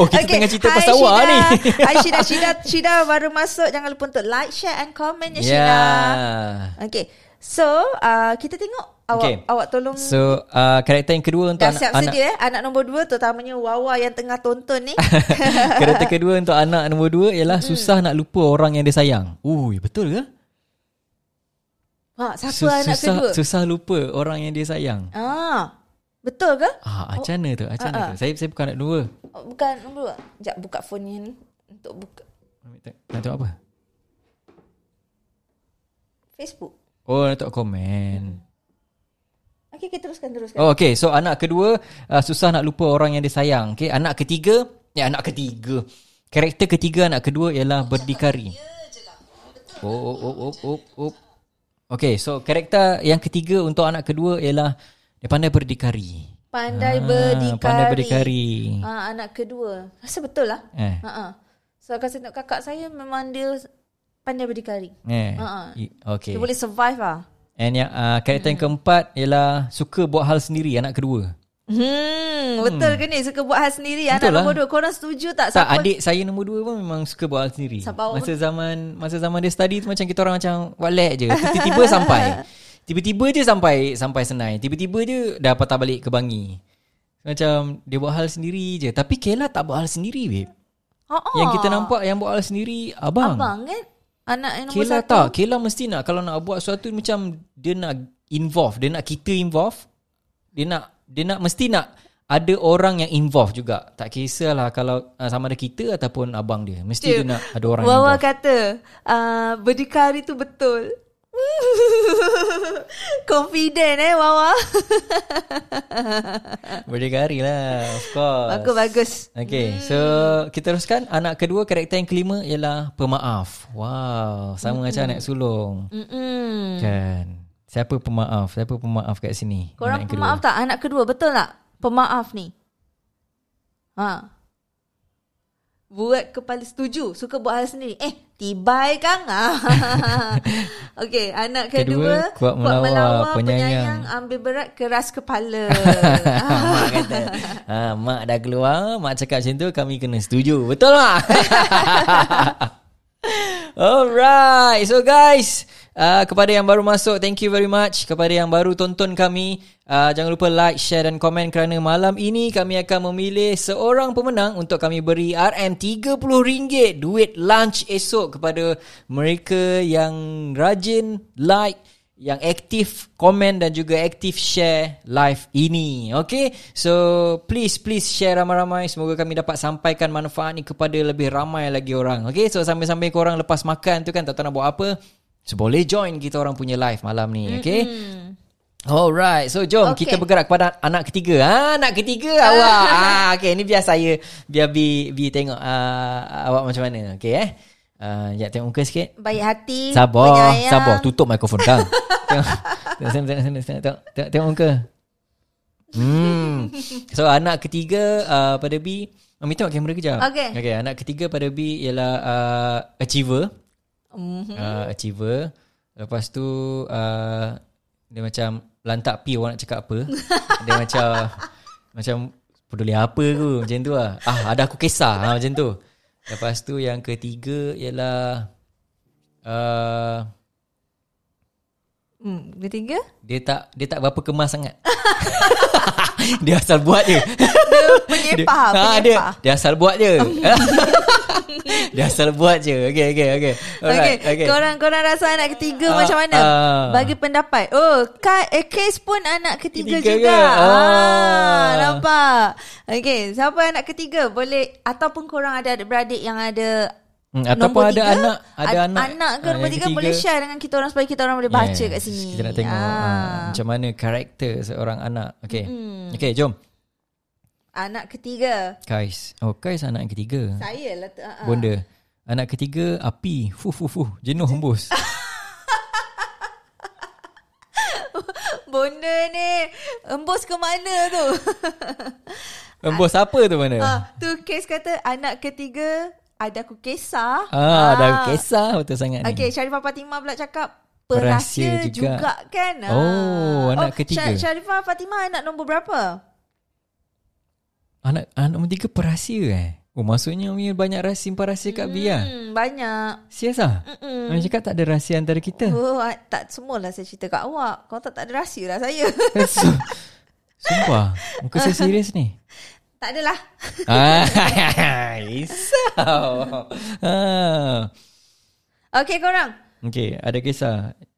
Speaker 2: oh, kita
Speaker 3: Okey,
Speaker 2: tengah cerita
Speaker 3: hi,
Speaker 2: pasal awak ni.
Speaker 3: Hai Shida, Shida, Shida baru masuk. Jangan lupa untuk like, share and comment ya Shida.
Speaker 2: Yeah.
Speaker 3: Okay. So, uh, kita tengok awak
Speaker 2: Okay.
Speaker 3: awak tolong
Speaker 2: So, uh, karakter yang kedua untuk
Speaker 3: dah
Speaker 2: anak,
Speaker 3: siap
Speaker 2: anak
Speaker 3: sedia eh. Anak nombor dua terutamanya Wawa yang tengah tonton ni.
Speaker 2: Karakter kedua untuk anak nombor dua ialah
Speaker 3: Hmm.
Speaker 2: susah nak lupa orang yang dia sayang. Ui, betul ke?
Speaker 3: ha, siapa
Speaker 2: Sus-
Speaker 3: anak
Speaker 2: susah,
Speaker 3: kedua?
Speaker 2: susah lupa orang yang dia sayang.
Speaker 3: Ah, betul ke?
Speaker 2: Ah, macam mana tu? Macam mana tu? Saya saya bukan anak dua.
Speaker 3: Oh, bukan nombor dua. Sekejap buka phone ni ni untuk buka
Speaker 2: Ambil tak- Nak tengok apa?
Speaker 3: Facebook.
Speaker 2: Oh, nak tengok komen.
Speaker 3: Okey, kita teruskan teruskan.
Speaker 2: Oh, okay. So, anak kedua, uh, susah nak lupa orang yang dia sayang. Okay, anak ketiga, ya anak ketiga. Karakter ketiga anak kedua ialah berdikari.
Speaker 3: lah.
Speaker 2: Oh, oh, oh, oh, oh, oh. Okay, so karakter yang ketiga untuk anak kedua ialah dia pandai berdikari.
Speaker 3: Pandai
Speaker 2: Ah,
Speaker 3: berdikari.
Speaker 2: Pandai berdikari.
Speaker 3: Ah, anak kedua. Rasa betul lah.
Speaker 2: Eh.
Speaker 3: Ha ah. So kalau saya tengok kakak saya memang dia pandai berdikari.
Speaker 2: Eh.
Speaker 3: Ah, ah.
Speaker 2: I- Okay.
Speaker 3: Dia boleh survive lah.
Speaker 2: And yang uh, karakter yang keempat ialah suka buat hal sendiri anak kedua.
Speaker 3: Hmm, betul ke ni suka buat hal sendiri anak
Speaker 2: Betul lah.
Speaker 3: nombor dua. Korang setuju tak
Speaker 2: Tak, adik saya nombor dua pun memang suka buat hal sendiri.
Speaker 3: Siapa awak
Speaker 2: masa zaman masa zaman dia study tu macam kita orang macam walek je. Tiba-tiba sampai. Tiba-tiba je sampai sampai Senai. Tiba-tiba je dah patah balik ke Bangi. Macam dia buat hal sendiri je. Tapi Kela tak buat hal sendiri, babe.
Speaker 3: Ha ah.
Speaker 2: Yang kita nampak yang buat hal sendiri abang. abang
Speaker 3: abang kan anak yang nombor
Speaker 2: Kela
Speaker 3: satu.
Speaker 2: tak. Kela mesti nak kalau nak buat sesuatu macam dia nak involve, dia nak kita involve. Dia nak dia nak mesti nak ada orang yang involve juga. Tak kisahlah kalau uh, sama ada kita ataupun abang dia. Mesti dia nak ada orang yang
Speaker 3: Wawa
Speaker 2: involve.
Speaker 3: kata uh, Berdikari tu betul Confident eh Wawa
Speaker 2: Berdikari lah. Of course.
Speaker 3: Bagus-bagus
Speaker 2: Okay,
Speaker 3: Hmm.
Speaker 2: so kita teruskan. Anak kedua, karakter yang kelima ialah pemaaf. Wow, sama
Speaker 3: Hmm.
Speaker 2: macam anak sulung.
Speaker 3: Mm-mm.
Speaker 2: Kan. Siapa pemaaf? Siapa pemaaf kat sini? Anak
Speaker 3: Korang
Speaker 2: yang kedua.
Speaker 3: pemaaf tak anak kedua betul tak? Pemaaf ni. Ha. Buat kepala setuju, suka buat hal sendiri. Eh, tibai kang. Okey, anak kedua,
Speaker 2: Kedua, kuat melawar, penyayang.
Speaker 3: ambil berat keras kepala.
Speaker 2: mak kata ha, Mak dah keluar Mak cakap macam tu Kami kena setuju Betul mak? Alright So guys uh, Kepada yang baru masuk Thank you very much Kepada yang baru tonton kami uh, Jangan lupa like Share dan komen Kerana malam ini Kami akan memilih Seorang pemenang Untuk kami beri RM30 Duit lunch esok Kepada mereka Yang rajin Like yang aktif komen dan juga aktif share live ini. Okay? So, please, please share ramai-ramai. Semoga kami dapat sampaikan manfaat ni kepada lebih ramai lagi orang. Okay? So, sambil-sambil korang lepas makan tu kan tak tahu nak buat apa. So, boleh join kita orang punya live malam ni. Okay? Alright, so jom
Speaker 3: Okay.
Speaker 2: okay. kita bergerak kepada anak ketiga. Ha, anak ketiga awak. Ah, okay, ni biar saya biar bi bi tengok ah, awak macam mana. Okay eh. Ah, uh, tengok muka sikit.
Speaker 3: Baik hati,
Speaker 2: Sabar, kan?
Speaker 3: penyayang.
Speaker 2: sabar. Tutup mikrofon kang. tengok, tengok, sana, tengok, sana, tengok, tengok, tengok, tengok muka. Hmm. So anak ketiga uh, pada B Mami tengok kamera kejap
Speaker 3: Okay.
Speaker 2: okay Anak ketiga pada B Ialah uh, Achiever
Speaker 3: Mhm.
Speaker 2: uh, Achiever Lepas tu uh, Dia macam Lantak P orang nak cakap apa Dia macam Macam Peduli apa tu Macam tu lah Ah ada aku kisah ha, Macam tu Lepas tu yang ketiga Ialah uh,
Speaker 3: Hmm, ketiga.
Speaker 2: Dia tak Dia tak berapa kemas sangat Dia asal buat je
Speaker 3: Penyepah,
Speaker 2: Ah, dia,
Speaker 3: penyepah.
Speaker 2: dia asal buat je Dia asal buat je Okay okay okay
Speaker 3: Okey,
Speaker 2: Alright,
Speaker 3: okay. korang korang rasa anak ketiga
Speaker 2: Ah,
Speaker 3: macam mana?
Speaker 2: ah.
Speaker 3: Bagi pendapat. Oh, Ka, eh, Kes pun anak ketiga,
Speaker 2: Ketiga
Speaker 3: juga.
Speaker 2: ke?
Speaker 3: Ah.
Speaker 2: Ah.
Speaker 3: nampak. Okey, siapa anak ketiga? Boleh ataupun korang ada adik-beradik yang ada
Speaker 2: Hmm, ataupun
Speaker 3: nombor
Speaker 2: ada
Speaker 3: tiga?
Speaker 2: anak ada
Speaker 3: Ad-
Speaker 2: anak
Speaker 3: anak ke
Speaker 2: ah,
Speaker 3: nombor
Speaker 2: yang
Speaker 3: tiga,
Speaker 2: ketiga.
Speaker 3: boleh share dengan kita orang supaya kita orang boleh baca
Speaker 2: Yes,
Speaker 3: kat sini. Ya.
Speaker 2: Kita nak tengok ah. macam mana karakter seorang anak. Okey. Mm. Okey, jom.
Speaker 3: Anak ketiga.
Speaker 2: Kais. Oh, Kais anak yang ketiga.
Speaker 3: Saya lah tu. ah, ah.
Speaker 2: Bonda. Anak ketiga api. Fuh fuh fuh. Jenuh hembus.
Speaker 3: Bonda ni embus ke mana tu?
Speaker 2: hembus apa tu mana?
Speaker 3: ah, tu Kes kata anak ketiga ada aku kisah.
Speaker 2: Ah, ah, dah kisah betul sangat
Speaker 3: Okey,
Speaker 2: ni.
Speaker 3: Syarifah Fatimah pula cakap
Speaker 2: Perahsia
Speaker 3: Perahsia
Speaker 2: Kan? juga.
Speaker 3: juga. juga kan Ah.
Speaker 2: Oh, anak ketiga.
Speaker 3: Syar- Syarifah Fatimah anak nombor berapa?
Speaker 2: Anak anak nombor tiga perahsia eh. Oh, maksudnya Umi banyak rahsia simpan rahsia kat hmm. Bia.
Speaker 3: Hmm, banyak
Speaker 2: Serius ah?
Speaker 3: Mm-mm.
Speaker 2: Umi cakap tak ada rahsia antara kita.
Speaker 3: Oh, ah, tak semualah saya cerita kat awak Kau tak, tak ada rahsia lah saya
Speaker 2: Sumpah. Muka saya serius ni.
Speaker 3: Tak adalah
Speaker 2: Ah, risau. Ah.
Speaker 3: Okey korang
Speaker 2: Okay, ada kisah.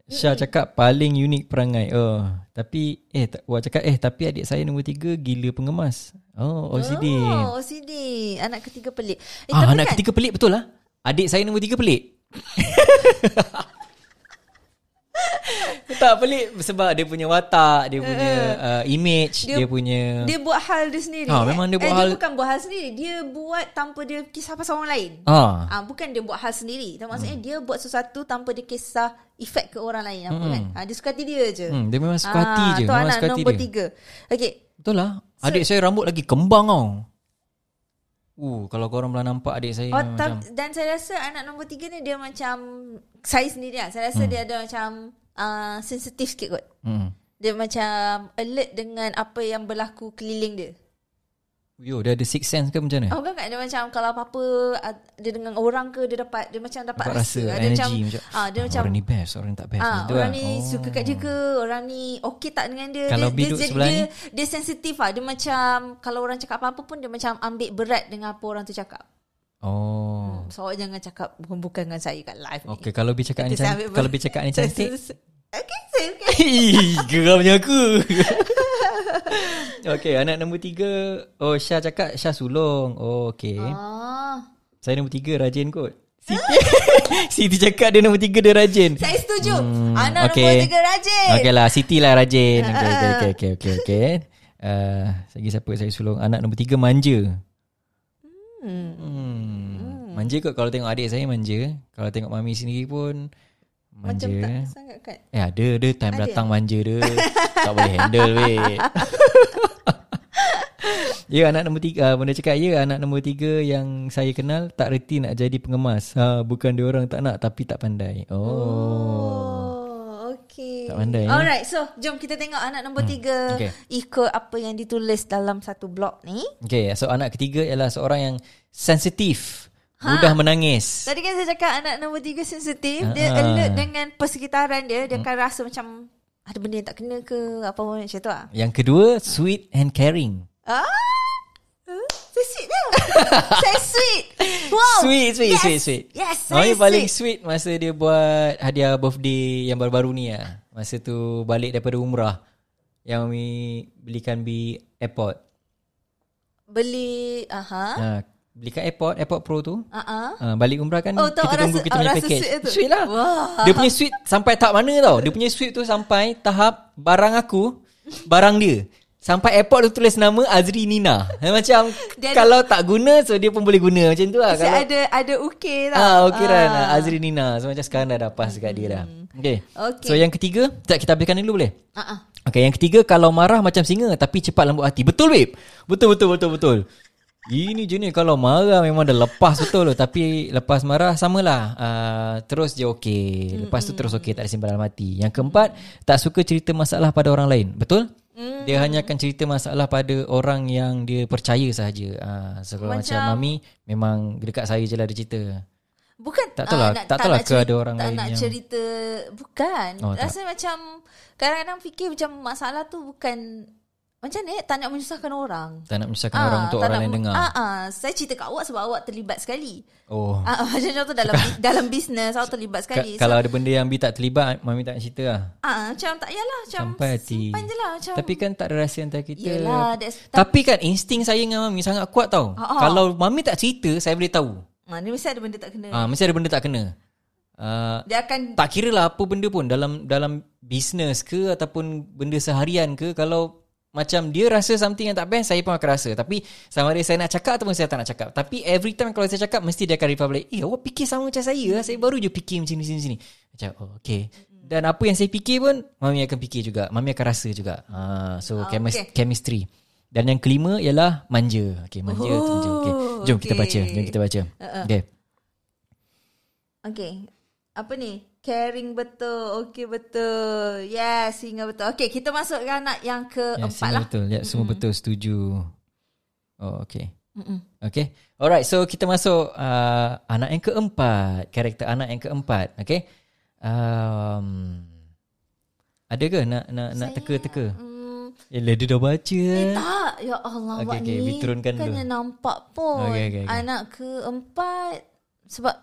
Speaker 2: Syah cakap paling unik perangai. Oh, tapi eh tak, Wah cakap eh tapi adik saya nombor tiga gila pengemas. Oh, OCD.
Speaker 3: Oh OCD Anak ketiga pelik eh,
Speaker 2: ah,
Speaker 3: tapi
Speaker 2: anak
Speaker 3: kan,
Speaker 2: ketiga pelik betul lah. Adik saya nombor tiga pelik. tak pelik sebab dia punya watak, dia punya uh, image, dia,
Speaker 3: Eh, Dia-
Speaker 2: dia punya
Speaker 3: Dia buat hal dia sendiri
Speaker 2: Ah,
Speaker 3: eh.
Speaker 2: memang dia buat
Speaker 3: eh,
Speaker 2: hal-
Speaker 3: Dia bukan buat hal sendiri Dia buat tanpa dia kisah pasal orang lain
Speaker 2: ah. Hmm.
Speaker 3: Ah, bukan dia buat hal sendiri. Tak maksudnya dia buat sesuatu tanpa dia kisah efek ke orang lain apa kan. Ah, dia suka hati dia je.
Speaker 2: Hmm, dia memang suka hati je,
Speaker 3: Ah, Tu
Speaker 2: memang
Speaker 3: anak
Speaker 2: suka hati
Speaker 3: nombor
Speaker 2: dia.
Speaker 3: tiga. Okey.
Speaker 2: Betul lah. Adik saya rambut lagi kembang tau. Uh, kalau korang pernah nampak adik saya
Speaker 3: Oh,
Speaker 2: memang
Speaker 3: tam-
Speaker 2: macam
Speaker 3: dan saya rasa anak nombor tiga ni dia macam saya sendiri lah. Saya rasa dia ada macam uh, sensitif sikit kot.
Speaker 2: hmm.
Speaker 3: Dia macam alert dengan apa yang berlaku keliling dia.
Speaker 2: Yo, dia ada sixth sense ke macam mana?
Speaker 3: Oh, bukan kan? Dia macam kalau apa-apa ah, dia dengan orang ke dia dapat dia macam dapat,
Speaker 2: Dapat rasa,
Speaker 3: Ah, Dia
Speaker 2: energy
Speaker 3: macam,
Speaker 2: macam,
Speaker 3: ah, dia macam
Speaker 2: orang ni best, orang ni tak best.
Speaker 3: Ah,
Speaker 2: macam tu
Speaker 3: orang
Speaker 2: lah.
Speaker 3: ni oh. suka kat dia ke Orang ni okey tak dengan dia
Speaker 2: Kalau
Speaker 3: dia,
Speaker 2: biduk
Speaker 3: dia,
Speaker 2: sebelah
Speaker 3: dia,
Speaker 2: ni?
Speaker 3: dia sensitif lah Dia macam Kalau orang cakap apa-apa pun Dia macam ambil berat Dengan apa orang tu cakap
Speaker 2: Oh.
Speaker 3: So awak jangan cakap Bukan-bukan dengan saya kat live
Speaker 2: Okey, kalau bi cakap ni
Speaker 3: Kita
Speaker 2: cantik,
Speaker 3: ambil ber-
Speaker 2: kalau bi cakap ni cantik.
Speaker 3: Okay saya okay.
Speaker 2: Ih, geramnya aku. Okey, anak nombor tiga. Oh, Syah cakap Syah sulung. Oh, okey.
Speaker 3: ah,
Speaker 2: Saya nombor tiga rajin kot. Siti, Siti cakap dia nombor tiga dia rajin.
Speaker 3: Saya setuju hmm, Anak
Speaker 2: okey.
Speaker 3: okay. nombor tiga rajin
Speaker 2: Okey lah Siti lah rajin
Speaker 3: Ah,
Speaker 2: Okey okey okey okey okey okay. uh, Lagi siapa saya sulung Anak nombor tiga manja hmm. Manja kot Kalau tengok adik saya manja Kalau tengok mami sendiri pun Manja
Speaker 3: Macam tak sangat kan
Speaker 2: Eh ada dia Time datang manja dia Tak boleh handle weh Ya anak nombor tiga ah, Benda cakap ya Anak nombor tiga yang saya kenal Tak reti nak jadi pengemas ha, Bukan dia orang tak nak Tapi tak pandai Oh,
Speaker 3: Oh, Okay.
Speaker 2: Tak pandai, eh? Hmm,
Speaker 3: Alright, so jom kita tengok anak nombor tiga
Speaker 2: okey.
Speaker 3: ikut apa yang ditulis dalam satu blog ni.
Speaker 2: Okay, so anak ketiga ialah seorang yang sensitif, mudah menangis.
Speaker 3: Tadi kan saya cakap anak nombor tiga sensitif.
Speaker 2: Ah.
Speaker 3: Dia
Speaker 2: Hmm.
Speaker 3: alert dengan persekitaran dia. Dia akan rasa macam ada benda yang tak kena ke apa pun macam tu lah.
Speaker 2: Yang kedua, sweet and caring.
Speaker 3: Ah. Huh? Saya sweet dia. saya sweet. Wow.
Speaker 2: Sweet, sweet,
Speaker 3: yes.
Speaker 2: sweet, sweet.
Speaker 3: Yes, saya
Speaker 2: Mami
Speaker 3: sweet.
Speaker 2: paling sweet masa dia buat hadiah birthday yang baru-baru ni lah. Masa tu balik daripada umrah. Yang Mami belikan di airport.
Speaker 3: Beli, aha.
Speaker 2: Ha, belikan airport, airport pro tu.
Speaker 3: Uh-huh. Uh-huh.
Speaker 2: Ha, balik umrah kan
Speaker 3: Oh, tahu
Speaker 2: kita tunggu
Speaker 3: rasa-
Speaker 2: kita punya
Speaker 3: rasa
Speaker 2: package.
Speaker 3: sweet tu. Ah.
Speaker 2: Sweet lah.
Speaker 3: Wah.
Speaker 2: Dia punya sweet sampai tahap mana tau. Dia punya sweet tu sampai tahap barang aku, barang dia. Sampai airport tu tulis nama Azri Nina. Eh, Macam
Speaker 3: Dia ada-
Speaker 2: kalau tak guna so dia pun boleh guna macam tu lah. Kalau,
Speaker 3: Saya ada ada lah. okey tau.
Speaker 2: ah, okay Ran. Ah, Azri Nina. So macam sekarang dah dah pass dekat dia dah. Okay.
Speaker 3: Okay.
Speaker 2: So yang ketiga, tak kita habiskan dulu boleh?
Speaker 3: Uh-huh.
Speaker 2: Okay, yang ketiga kalau marah macam singa tapi cepat lembut hati. Betul babe? Betul betul betul betul. Ini je ni kalau marah memang dah lepas betul loh tapi lepas marah samalah uh, terus je okey. Lepas tu terus okey tak ada simpan dalam hati. Yang keempat, tak suka cerita masalah pada orang lain. Betul? Dia hanya akan cerita masalah pada orang yang dia percaya sahaja. Uh, so kalau macam,
Speaker 3: Macam-
Speaker 2: macam mami memang dekat saya je lah dia cerita.
Speaker 3: Bukan
Speaker 2: Tak tahulah-
Speaker 3: ah, nak-
Speaker 2: tak tahulah
Speaker 3: nak
Speaker 2: ke
Speaker 3: ceri-
Speaker 2: ada orang
Speaker 3: tak
Speaker 2: lain
Speaker 3: nak
Speaker 2: yang-
Speaker 3: cerita bukan.
Speaker 2: Oh, tak.
Speaker 3: Rasa macam kadang-kadang fikir macam masalah tu bukan macam ni tak nak menyusahkan orang.
Speaker 2: Tak nak menyusahkan Kan orang untuk orang lain dengar.
Speaker 3: Ah, ah, saya cerita kat awak sebab awak terlibat sekali.
Speaker 2: Oh.
Speaker 3: Ah, ah, macam contoh dalam dalam bisnes awak
Speaker 2: Ka-
Speaker 3: terlibat sekali.
Speaker 2: kalau ada benda yang Bi tak terlibat, mami tak nak cerita lah.
Speaker 3: Ah, macam tak yalah macam
Speaker 2: Sampai hati.
Speaker 3: simpan je lah macam.
Speaker 2: Tapi kan tak ada rahsia antara kita.
Speaker 3: Yelah, that's-
Speaker 2: Tapi kan insting saya dengan mami sangat kuat tau.
Speaker 3: Ha, ha.
Speaker 2: Kalau mami tak cerita, saya boleh tahu.
Speaker 3: ah, ni mesti ada benda tak kena.
Speaker 2: Ah, mesti ada benda tak kena. Ah,
Speaker 3: Dia akan
Speaker 2: tak kira lah apa benda pun dalam dalam bisnes ke ataupun benda seharian ke kalau macam dia rasa something yang tak best saya pun akan rasa tapi sama ada saya nak cakap ataupun saya tak nak cakap tapi every time kalau saya cakap mesti dia akan reply balik eh awak fikir sama macam saya lah saya baru je fikir macam ni sini sini macam oh okay dan apa yang saya fikir pun mami akan fikir juga mami akan rasa juga ha, so
Speaker 3: Ah,
Speaker 2: chemis-
Speaker 3: okay.
Speaker 2: chemistry dan yang kelima ialah manja okay manja tu manja okay jom kita
Speaker 3: okay. Uh-uh.
Speaker 2: baca jom kita baca okay
Speaker 3: Okay. Apa ni? Caring betul. Okay betul. Yes, singa betul. Okay, kita masuk ke anak yang
Speaker 2: Ya,
Speaker 3: keempat
Speaker 2: semua
Speaker 3: lah.
Speaker 2: betul. Ya, semua betul setuju. Oh, okay.
Speaker 3: Mm-mm.
Speaker 2: Okay. Alright, so kita masuk uh, anak yang keempat. Karakter anak yang keempat. Okay. Um, ada ke nak nak nak teka-teka?
Speaker 3: Hmm,
Speaker 2: Yelah, dia dah baca.
Speaker 3: eh, tak. Ya Allah,
Speaker 2: Okay,
Speaker 3: awak
Speaker 2: okay,
Speaker 3: ni.
Speaker 2: diturunkan
Speaker 3: kan
Speaker 2: dulu.
Speaker 3: yang nampak pun.
Speaker 2: Okay, okay, okay.
Speaker 3: Anak keempat. Sebab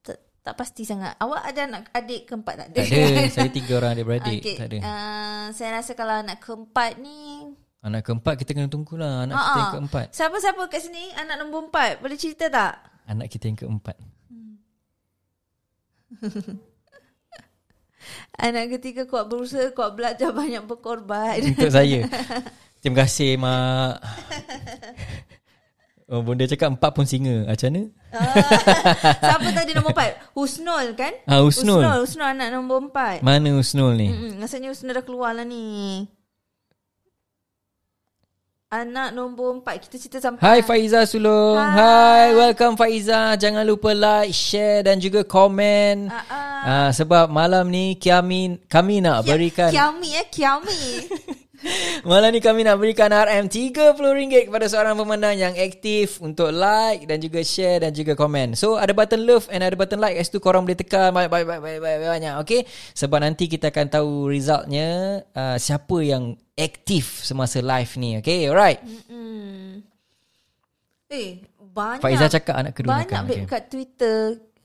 Speaker 3: tak, tak pasti sangat. Awak ada anak adik keempat tak?
Speaker 2: Tak ada. Saya tiga orang adik-beradik.
Speaker 3: Okay,
Speaker 2: Tak ada.
Speaker 3: Uh, saya rasa kalau anak keempat ni
Speaker 2: Anak keempat kita kena tunggulah. Anak kita yang
Speaker 3: Ah, ah.
Speaker 2: keempat.
Speaker 3: Siapa-siapa kat sini Anak nombor empat Boleh cerita tak?
Speaker 2: Anak kita yang keempat.
Speaker 3: Anak ketiga kuat berusaha Kuat belajar Banyak berkorban
Speaker 2: Untuk saya. Terima kasih, Mak. Oh, bunda cakap empat pun singa. Macam mana?
Speaker 3: Siapa tadi nombor empat? Husnul kan?
Speaker 2: Ah, Husnul.
Speaker 3: Husnul, Husnul anak nombor empat
Speaker 2: Mana Usnul ni?
Speaker 3: Mm-mm, Rasanya Husnul dah keluar lah ni Anak nombor empat Kita cerita sampai
Speaker 2: Hai Faiza Sulung. Hai. Hai, welcome Faiza. Jangan lupa like, share dan juga komen.
Speaker 3: Ah, ah.
Speaker 2: Ah, Ya, sebab malam ni kami kami nak
Speaker 3: Kia-
Speaker 2: berikan
Speaker 3: Kiami eh Kiami
Speaker 2: malam ni kami nak berikan RM 30 kepada seorang pemenang yang aktif untuk like dan juga share dan juga komen. So ada button love and ada button like. Kat situ korang boleh tekan banyak banyak banyak banyak, banyak, banyak okey? Sebab nanti kita akan tahu resultnya uh, siapa yang aktif semasa live ni. Okay, alright.
Speaker 3: Mm. Eh Banyak
Speaker 2: Faiza cakap anak kedua
Speaker 3: Banyak
Speaker 2: makan,
Speaker 3: babe
Speaker 2: okey.
Speaker 3: kat Twitter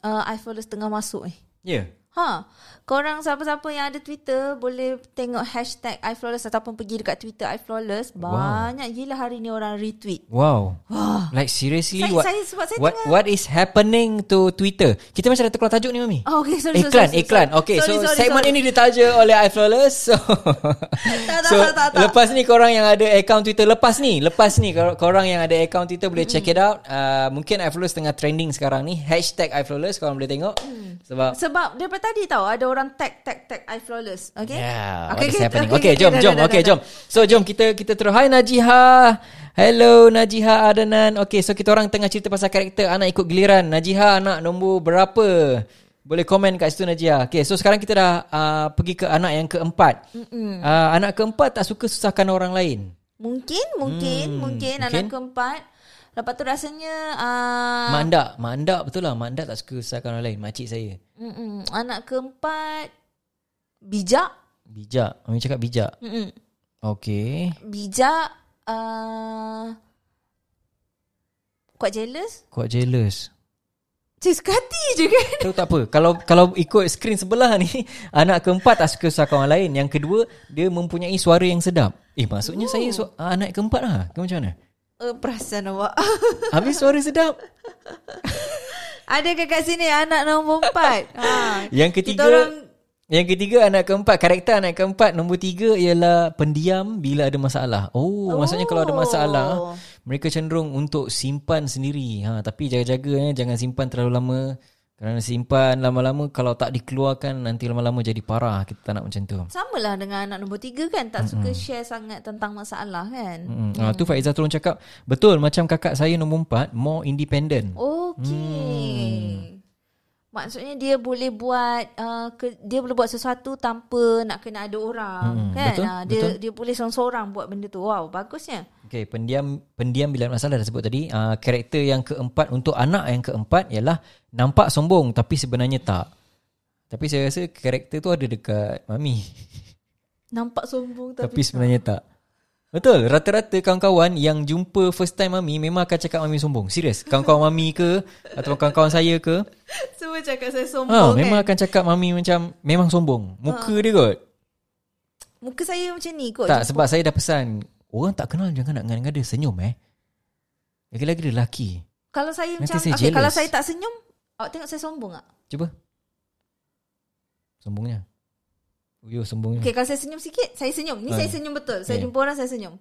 Speaker 3: uh, I follow setengah masuk eh
Speaker 2: Ya. Yeah.
Speaker 3: Ha, korang siapa-siapa yang ada Twitter boleh tengok hashtag iFlawless ataupun pergi dekat Twitter iFlawless. Banyak gila hari ni orang retweet.
Speaker 2: Wow. Like seriously
Speaker 3: Ah. Saya-
Speaker 2: what
Speaker 3: saya- sebab saya
Speaker 2: what
Speaker 3: tengah-
Speaker 2: what is happening to Twitter? Kita macam dah terkeluar tajuk ni mami.
Speaker 3: Oh, okay, sorry,
Speaker 2: iklan,
Speaker 3: sorry, sorry,
Speaker 2: iklan.
Speaker 3: sorry.
Speaker 2: Okay,
Speaker 3: Sorry,
Speaker 2: so
Speaker 3: sorry,
Speaker 2: segmen
Speaker 3: sorry.
Speaker 2: ini ditaja oleh iFlawless. So,
Speaker 3: tak,
Speaker 2: so
Speaker 3: tak, tak, tak.
Speaker 2: lepas ni korang yang ada account Twitter lepas ni, lepas ni kor- korang yang ada account Twitter boleh check
Speaker 3: Mm.
Speaker 2: it out. Uh, mungkin iFlawless tengah trending sekarang ni. Hashtag iFlawless korang boleh tengok.
Speaker 3: Mm.
Speaker 2: Sebab
Speaker 3: Sebab daripada tadi tahu ada orang tag tag tag iFlawless. Okay?
Speaker 2: Yeah, Eh? okay, Ya, what is happening? Okay, jom, jom. Okay, jom. So, jom kita kita terus. Hai Najiha. Hello Najiha Adanan. Okay, so kita orang tengah cerita pasal karakter anak ikut giliran. Najiha anak nombor berapa? Boleh komen kat situ Najiha. Okay, so sekarang kita dah uh, pergi ke anak yang keempat. Uh, anak keempat tak suka susahkan orang lain.
Speaker 3: Mungkin, mungkin,
Speaker 2: Hmm,
Speaker 3: mungkin
Speaker 2: mungkin.
Speaker 3: anak keempat. Lepas tu rasanya uh,
Speaker 2: Mak Andak, Mak Andak betul lah. Mak Andak tak suka susahkan orang lain. Makcik saya.
Speaker 3: mm-mm, anak keempat bijak.
Speaker 2: Bijak. Mami cakap bijak.
Speaker 3: Mm-mm.
Speaker 2: Okay.
Speaker 3: Bijak uh, Kuat jealous
Speaker 2: Kuat jealous.
Speaker 3: Cik suka hati je kan
Speaker 2: Tahu tak apa Kalau kalau ikut skrin sebelah ni Anak keempat tak suka susah kawan lain Yang kedua Dia mempunyai suara yang sedap Eh maksudnya saya su-
Speaker 3: Oh.
Speaker 2: anak keempat lah Ke macam mana?
Speaker 3: uh, Perasan awak
Speaker 2: Habis suara sedap
Speaker 3: Ada ke kat sini Anak nombor empat ha.
Speaker 2: Yang ketiga
Speaker 3: Kita orang
Speaker 2: Yang ketiga anak keempat Karakter anak keempat Nombor tiga ialah Pendiam bila ada masalah Oh, oh. maksudnya kalau ada masalah Mereka cenderung untuk simpan sendiri ha, Tapi jaga-jaga eh, Jangan simpan terlalu lama Kerana simpan lama-lama kalau tak dikeluarkan nanti lama-lama jadi parah. Kita tak nak macam tu.
Speaker 3: Sama lah dengan anak nombor tiga kan Tak suka share sangat tentang masalah kan
Speaker 2: Hmm. Ah, tu Faiza tolong cakap Betul macam kakak saya nombor empat More independent
Speaker 3: Oh. Okay
Speaker 2: Mm.
Speaker 3: Maksudnya dia boleh buat uh, ke, Dia boleh buat sesuatu Tanpa nak kena ada orang
Speaker 2: Mm-mm.
Speaker 3: kan
Speaker 2: Betul,
Speaker 3: Ah, dia,
Speaker 2: betul.
Speaker 3: dia boleh seorang-seorang buat benda tu Wow bagusnya
Speaker 2: Okay pendiam Pendiam bila ada masalah dah sebut tadi uh, Karakter yang keempat Untuk anak yang keempat Ialah Nampak sombong Tapi sebenarnya tak Tapi saya rasa Karakter tu ada dekat Mami
Speaker 3: Nampak sombong
Speaker 2: Tapi
Speaker 3: tapi,
Speaker 2: sebenarnya tak Betul Rata-rata kawan-kawan Yang jumpa first time Mami Memang akan cakap Mami sombong Serius Kawan-kawan Mami ke Atau kawan-kawan saya ke
Speaker 3: Semua cakap saya
Speaker 2: ha,
Speaker 3: sombong
Speaker 2: Memang
Speaker 3: kan Ah.
Speaker 2: akan cakap Mami macam Memang sombong Muka dia kot
Speaker 3: Muka saya macam ni kot
Speaker 2: Tak sebab saya dah pesan Orang tak kenal Jangan nak ngada-ngada Senyum eh Lagi-lagi dia lelaki
Speaker 3: Kalau saya
Speaker 2: Nanti
Speaker 3: macam
Speaker 2: saya
Speaker 3: okay, Kalau
Speaker 2: jealous.
Speaker 3: saya tak senyum Awak tengok saya sombong tak?
Speaker 2: Cuba Sombongnya Uyuh sombongnya
Speaker 3: Okay kalau saya senyum sikit Saya senyum Ni
Speaker 2: Ah.
Speaker 3: saya senyum betul Saya
Speaker 2: Okay.
Speaker 3: jumpa orang saya senyum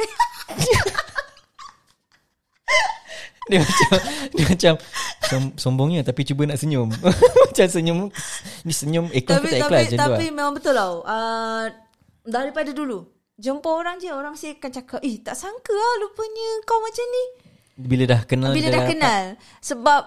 Speaker 2: Dia macam Dia macam som, Sombongnya tapi cuba nak senyum Macam senyum Ni senyum Ikhlas
Speaker 3: Tapi
Speaker 2: ke tak
Speaker 3: tapi
Speaker 2: ikhlas
Speaker 3: tapi,
Speaker 2: macam tu
Speaker 3: tapi
Speaker 2: lah.
Speaker 3: memang betul tau uh, Daripada dulu Jumpa orang je Orang mesti akan cakap Eh tak sangka lah Rupanya kau macam ni
Speaker 2: Bila dah kenal
Speaker 3: Bila
Speaker 2: Ah, dia
Speaker 3: dah kenal Sebab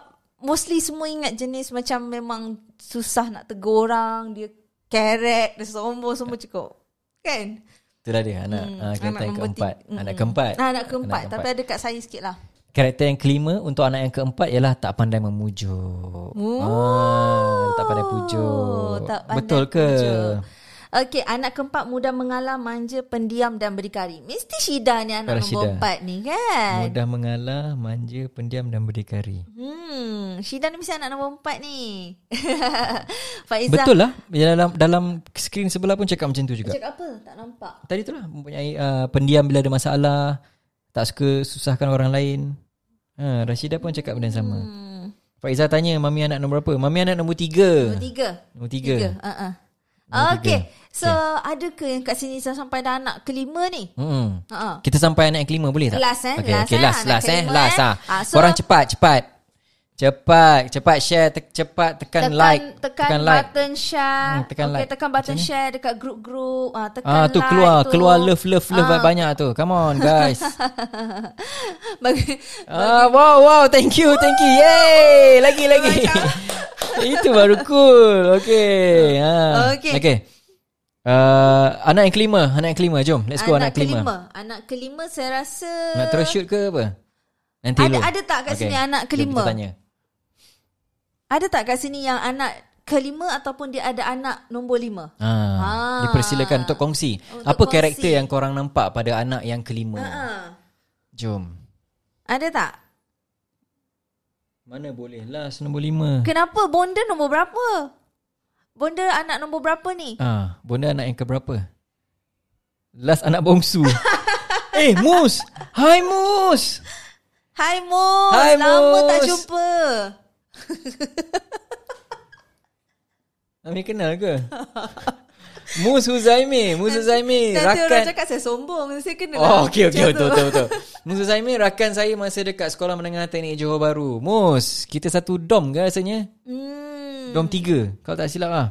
Speaker 3: Mostly semua ingat jenis Macam memang Susah nak tegur orang Dia kerek Dia sombong Semua cukup Kan
Speaker 2: Itulah dia anak hmm, uh, Kereta yang
Speaker 3: nombor tiga.
Speaker 2: keempat
Speaker 3: Mm-mm.
Speaker 2: Anak keempat
Speaker 3: ah, Anak keempat Tapi ada kat saya sikit lah
Speaker 2: Karakter yang kelima Untuk anak yang keempat Ialah tak pandai memujuk
Speaker 3: Oh.
Speaker 2: ah, Tak pandai pujuk
Speaker 3: tak pandai
Speaker 2: Betul ke
Speaker 3: pujuk. Okey, anak keempat mudah mengalah, manja, pendiam dan berdikari. Mesti Syida ni
Speaker 2: Kalau
Speaker 3: anak nombor
Speaker 2: Syida.
Speaker 3: empat ni kan?
Speaker 2: Mudah mengalah Manja Pendiam dan berdikari
Speaker 3: Hmm, Syida ni mesti anak nombor empat ni. Faizah.
Speaker 2: Betul lah Ya, dalam, dalam skrin sebelah pun cakap macam tu juga
Speaker 3: Cakap apa? Tak nampak.
Speaker 2: Tadi tu lah Mempunyai uh, pendiam bila ada masalah Tak suka susahkan orang lain ha, Rashida pun cakap benda yang sama
Speaker 3: Hmm,
Speaker 2: Faizah tanya Mami anak nombor apa Mami anak nombor tiga
Speaker 3: nombor tiga.
Speaker 2: Nombor
Speaker 3: Tiga.
Speaker 2: tiga,
Speaker 3: tiga. Uh-uh.
Speaker 2: Nombor
Speaker 3: Okey.
Speaker 2: tiga.
Speaker 3: So, ada ke yang kat sini dah sampai dah anak kelima ni?
Speaker 2: Mm-mm.
Speaker 3: Uh-uh.
Speaker 2: Kita sampai anak yang kelima boleh tak?
Speaker 3: Last, eh?
Speaker 2: Okay,
Speaker 3: Last,
Speaker 2: okay,
Speaker 3: eh?
Speaker 2: last,
Speaker 3: Anak
Speaker 2: last, eh?
Speaker 3: kelima,
Speaker 2: Last
Speaker 3: eh?
Speaker 2: ah.
Speaker 3: Ah, so-
Speaker 2: Korang cepat, cepat. Cepat, cepat share, te- cepat tekan,
Speaker 3: tekan
Speaker 2: like,
Speaker 3: tekan, tekan
Speaker 2: like.
Speaker 3: button share
Speaker 2: Hmm, tekan
Speaker 3: okay,
Speaker 2: like.
Speaker 3: tekan button share dekat grup-grup ah tekan
Speaker 2: Ah
Speaker 3: like
Speaker 2: tu keluar,
Speaker 3: tu.
Speaker 2: keluar love love love
Speaker 3: Ah.
Speaker 2: banyak tu. Come on guys.
Speaker 3: Bagi-
Speaker 2: ah wow wow, thank you, thank you. Yay! Lagi lagi. Itu baru cool. Okay. Ha.
Speaker 3: Ah. Okay.
Speaker 2: Okay. Uh, anak yang kelima, anak yang kelima. Jom, let's go anak, kelima.
Speaker 3: anak kelima saya rasa
Speaker 2: Nak terus shoot ke apa? Nanti
Speaker 3: Ada-
Speaker 2: dulu.
Speaker 3: ada tak kat sini anak
Speaker 2: Jom
Speaker 3: kelima?
Speaker 2: kita tanya.
Speaker 3: ada tak kat sini yang anak kelima ataupun dia ada anak nombor lima
Speaker 2: Ha,
Speaker 3: Ah.
Speaker 2: dipersilakan untuk kongsi.
Speaker 3: Untuk
Speaker 2: Apa
Speaker 3: kongsi.
Speaker 2: karakter yang korang nampak pada anak yang kelima?
Speaker 3: ha
Speaker 2: Jom.
Speaker 3: ada tak
Speaker 2: Mana boleh last nombor lima.
Speaker 3: kenapa bonda nombor berapa bonda anak nombor berapa ni
Speaker 2: Ah, bonda anak yang keberapa? Last anak bongsu. eh, Mus. Hai Mus.
Speaker 3: Hai Mus
Speaker 2: Hai,
Speaker 3: lama tak
Speaker 2: Mus.
Speaker 3: jumpa
Speaker 2: Ami kenal ke? Mus Huzaimi, Mus Huzaimi,
Speaker 3: Nanti orang
Speaker 2: Eh, rakan.
Speaker 3: cakap saya sombong Saya kena
Speaker 2: Oh, okey
Speaker 3: macam
Speaker 2: okey
Speaker 3: tu.
Speaker 2: betul betul betul. Mus Huzaimi rakan saya masa dekat Sekolah Menengah Teknik Johor Bahru. Mus, kita satu dom ke rasanya?
Speaker 3: Hmm.
Speaker 2: Dom tiga Kalau tak silap ah.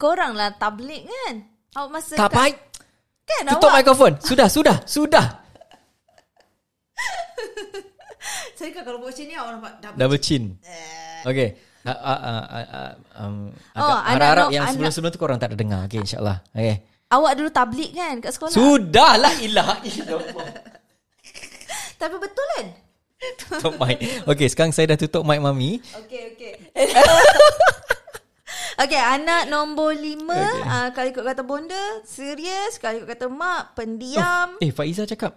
Speaker 3: Korang lah tablik kan? Awak masa
Speaker 2: Tak
Speaker 3: kat-
Speaker 2: baik.
Speaker 3: kan
Speaker 2: Tutup
Speaker 3: awak?
Speaker 2: mikrofon. Sudah, sudah, sudah.
Speaker 3: Saya kan kalau buat macam ni awak nampak double.
Speaker 2: Double chin. Okay. Uh, uh, uh, uh, um,
Speaker 3: Eh.
Speaker 2: agak-
Speaker 3: Oh, anak
Speaker 2: harap-harap
Speaker 3: no-
Speaker 2: yang
Speaker 3: anak- Oh,
Speaker 2: sebelum-sebelum tu korang tak ada dengar. Okay, insyaAllah. Okay.
Speaker 3: Awak dulu tablik kan kat sekolah?
Speaker 2: Sudahlah ilah. ilah.
Speaker 3: Tapi betul kan?
Speaker 2: tutup mic. Okay, sekarang saya dah tutup mic mami.
Speaker 3: Okey, okey. Okey, anak nombor lima okay. uh, Kalau ikut kata bonda Serius Kalau ikut kata mak Pendiam
Speaker 2: Eh, Faiza cakap.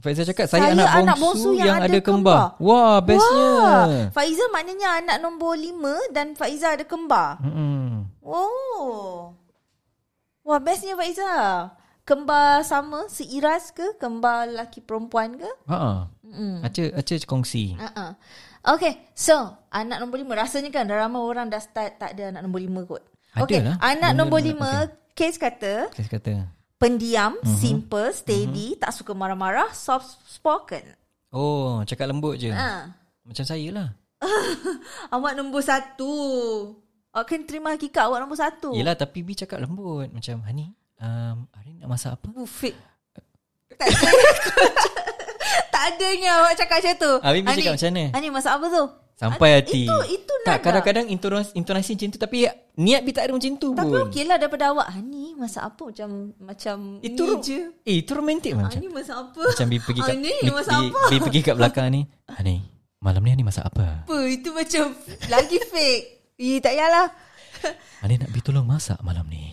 Speaker 2: Faiza cakap,
Speaker 3: Saya
Speaker 2: saya, anak,
Speaker 3: anak
Speaker 2: bongsu,
Speaker 3: bongsu yang
Speaker 2: yang,
Speaker 3: ada
Speaker 2: ada kembar.
Speaker 3: kembar.
Speaker 2: Wah, bestnya.
Speaker 3: Wah Faiza maknanya anak nombor lima Dan Faiza ada kembar
Speaker 2: Mm-mm.
Speaker 3: Oh Wah bestnya Faiza Kembar sama Seiras ke Kembar lelaki perempuan ke Hmm.
Speaker 2: Ha-ha.
Speaker 3: Mm-mm.
Speaker 2: Aca, aca kongsi.
Speaker 3: Uh-uh. Okay, so anak nombor lima rasanya kan dah ramai orang dah start tak ada anak nombor lima kot.
Speaker 2: Ada
Speaker 3: okay,
Speaker 2: lah.
Speaker 3: anak
Speaker 2: Benda
Speaker 3: nombor
Speaker 2: nak-
Speaker 3: lima kes kata
Speaker 2: Saya kata.
Speaker 3: pendiam,
Speaker 2: Mhm.
Speaker 3: simple, steady, tak suka marah-marah, soft spoken.
Speaker 2: Oh, cakap lembut je.
Speaker 3: Ah,
Speaker 2: Macam saya lah
Speaker 3: Awak nombor satu. Awak kena terima hakikat awak nombor satu.
Speaker 2: Yelah tapi B cakap lembut Macam Hani um, Hari ni nak masak apa?
Speaker 3: Bufik. Tak ada. tak adanya awak cakap macam tu.
Speaker 2: Ah, Bibi cakap macam mana?
Speaker 3: Ani masak apa tu?
Speaker 2: Sampai
Speaker 3: Ani-
Speaker 2: hati
Speaker 3: Itu itu
Speaker 2: Tak
Speaker 3: nada.
Speaker 2: kadang-kadang intonasi, intonasi macam tu Tapi niat B tak ada macam tu
Speaker 3: Tapi
Speaker 2: pun
Speaker 3: okey lah daripada awak. Ani masak apa macam macam
Speaker 2: Itu
Speaker 3: ni je.
Speaker 2: Eh itu romantik lah macam
Speaker 3: Ani masak Ah, apa?
Speaker 2: Macam B pergi kat
Speaker 3: Ani
Speaker 2: B,
Speaker 3: masak apa?
Speaker 2: B, B pergi kat belakang ni Hani Malam ni Hani masak apa?
Speaker 3: Apa? Itu macam lagi fake. Ih, tak payahlah.
Speaker 2: Hani nak B tolong masak malam ni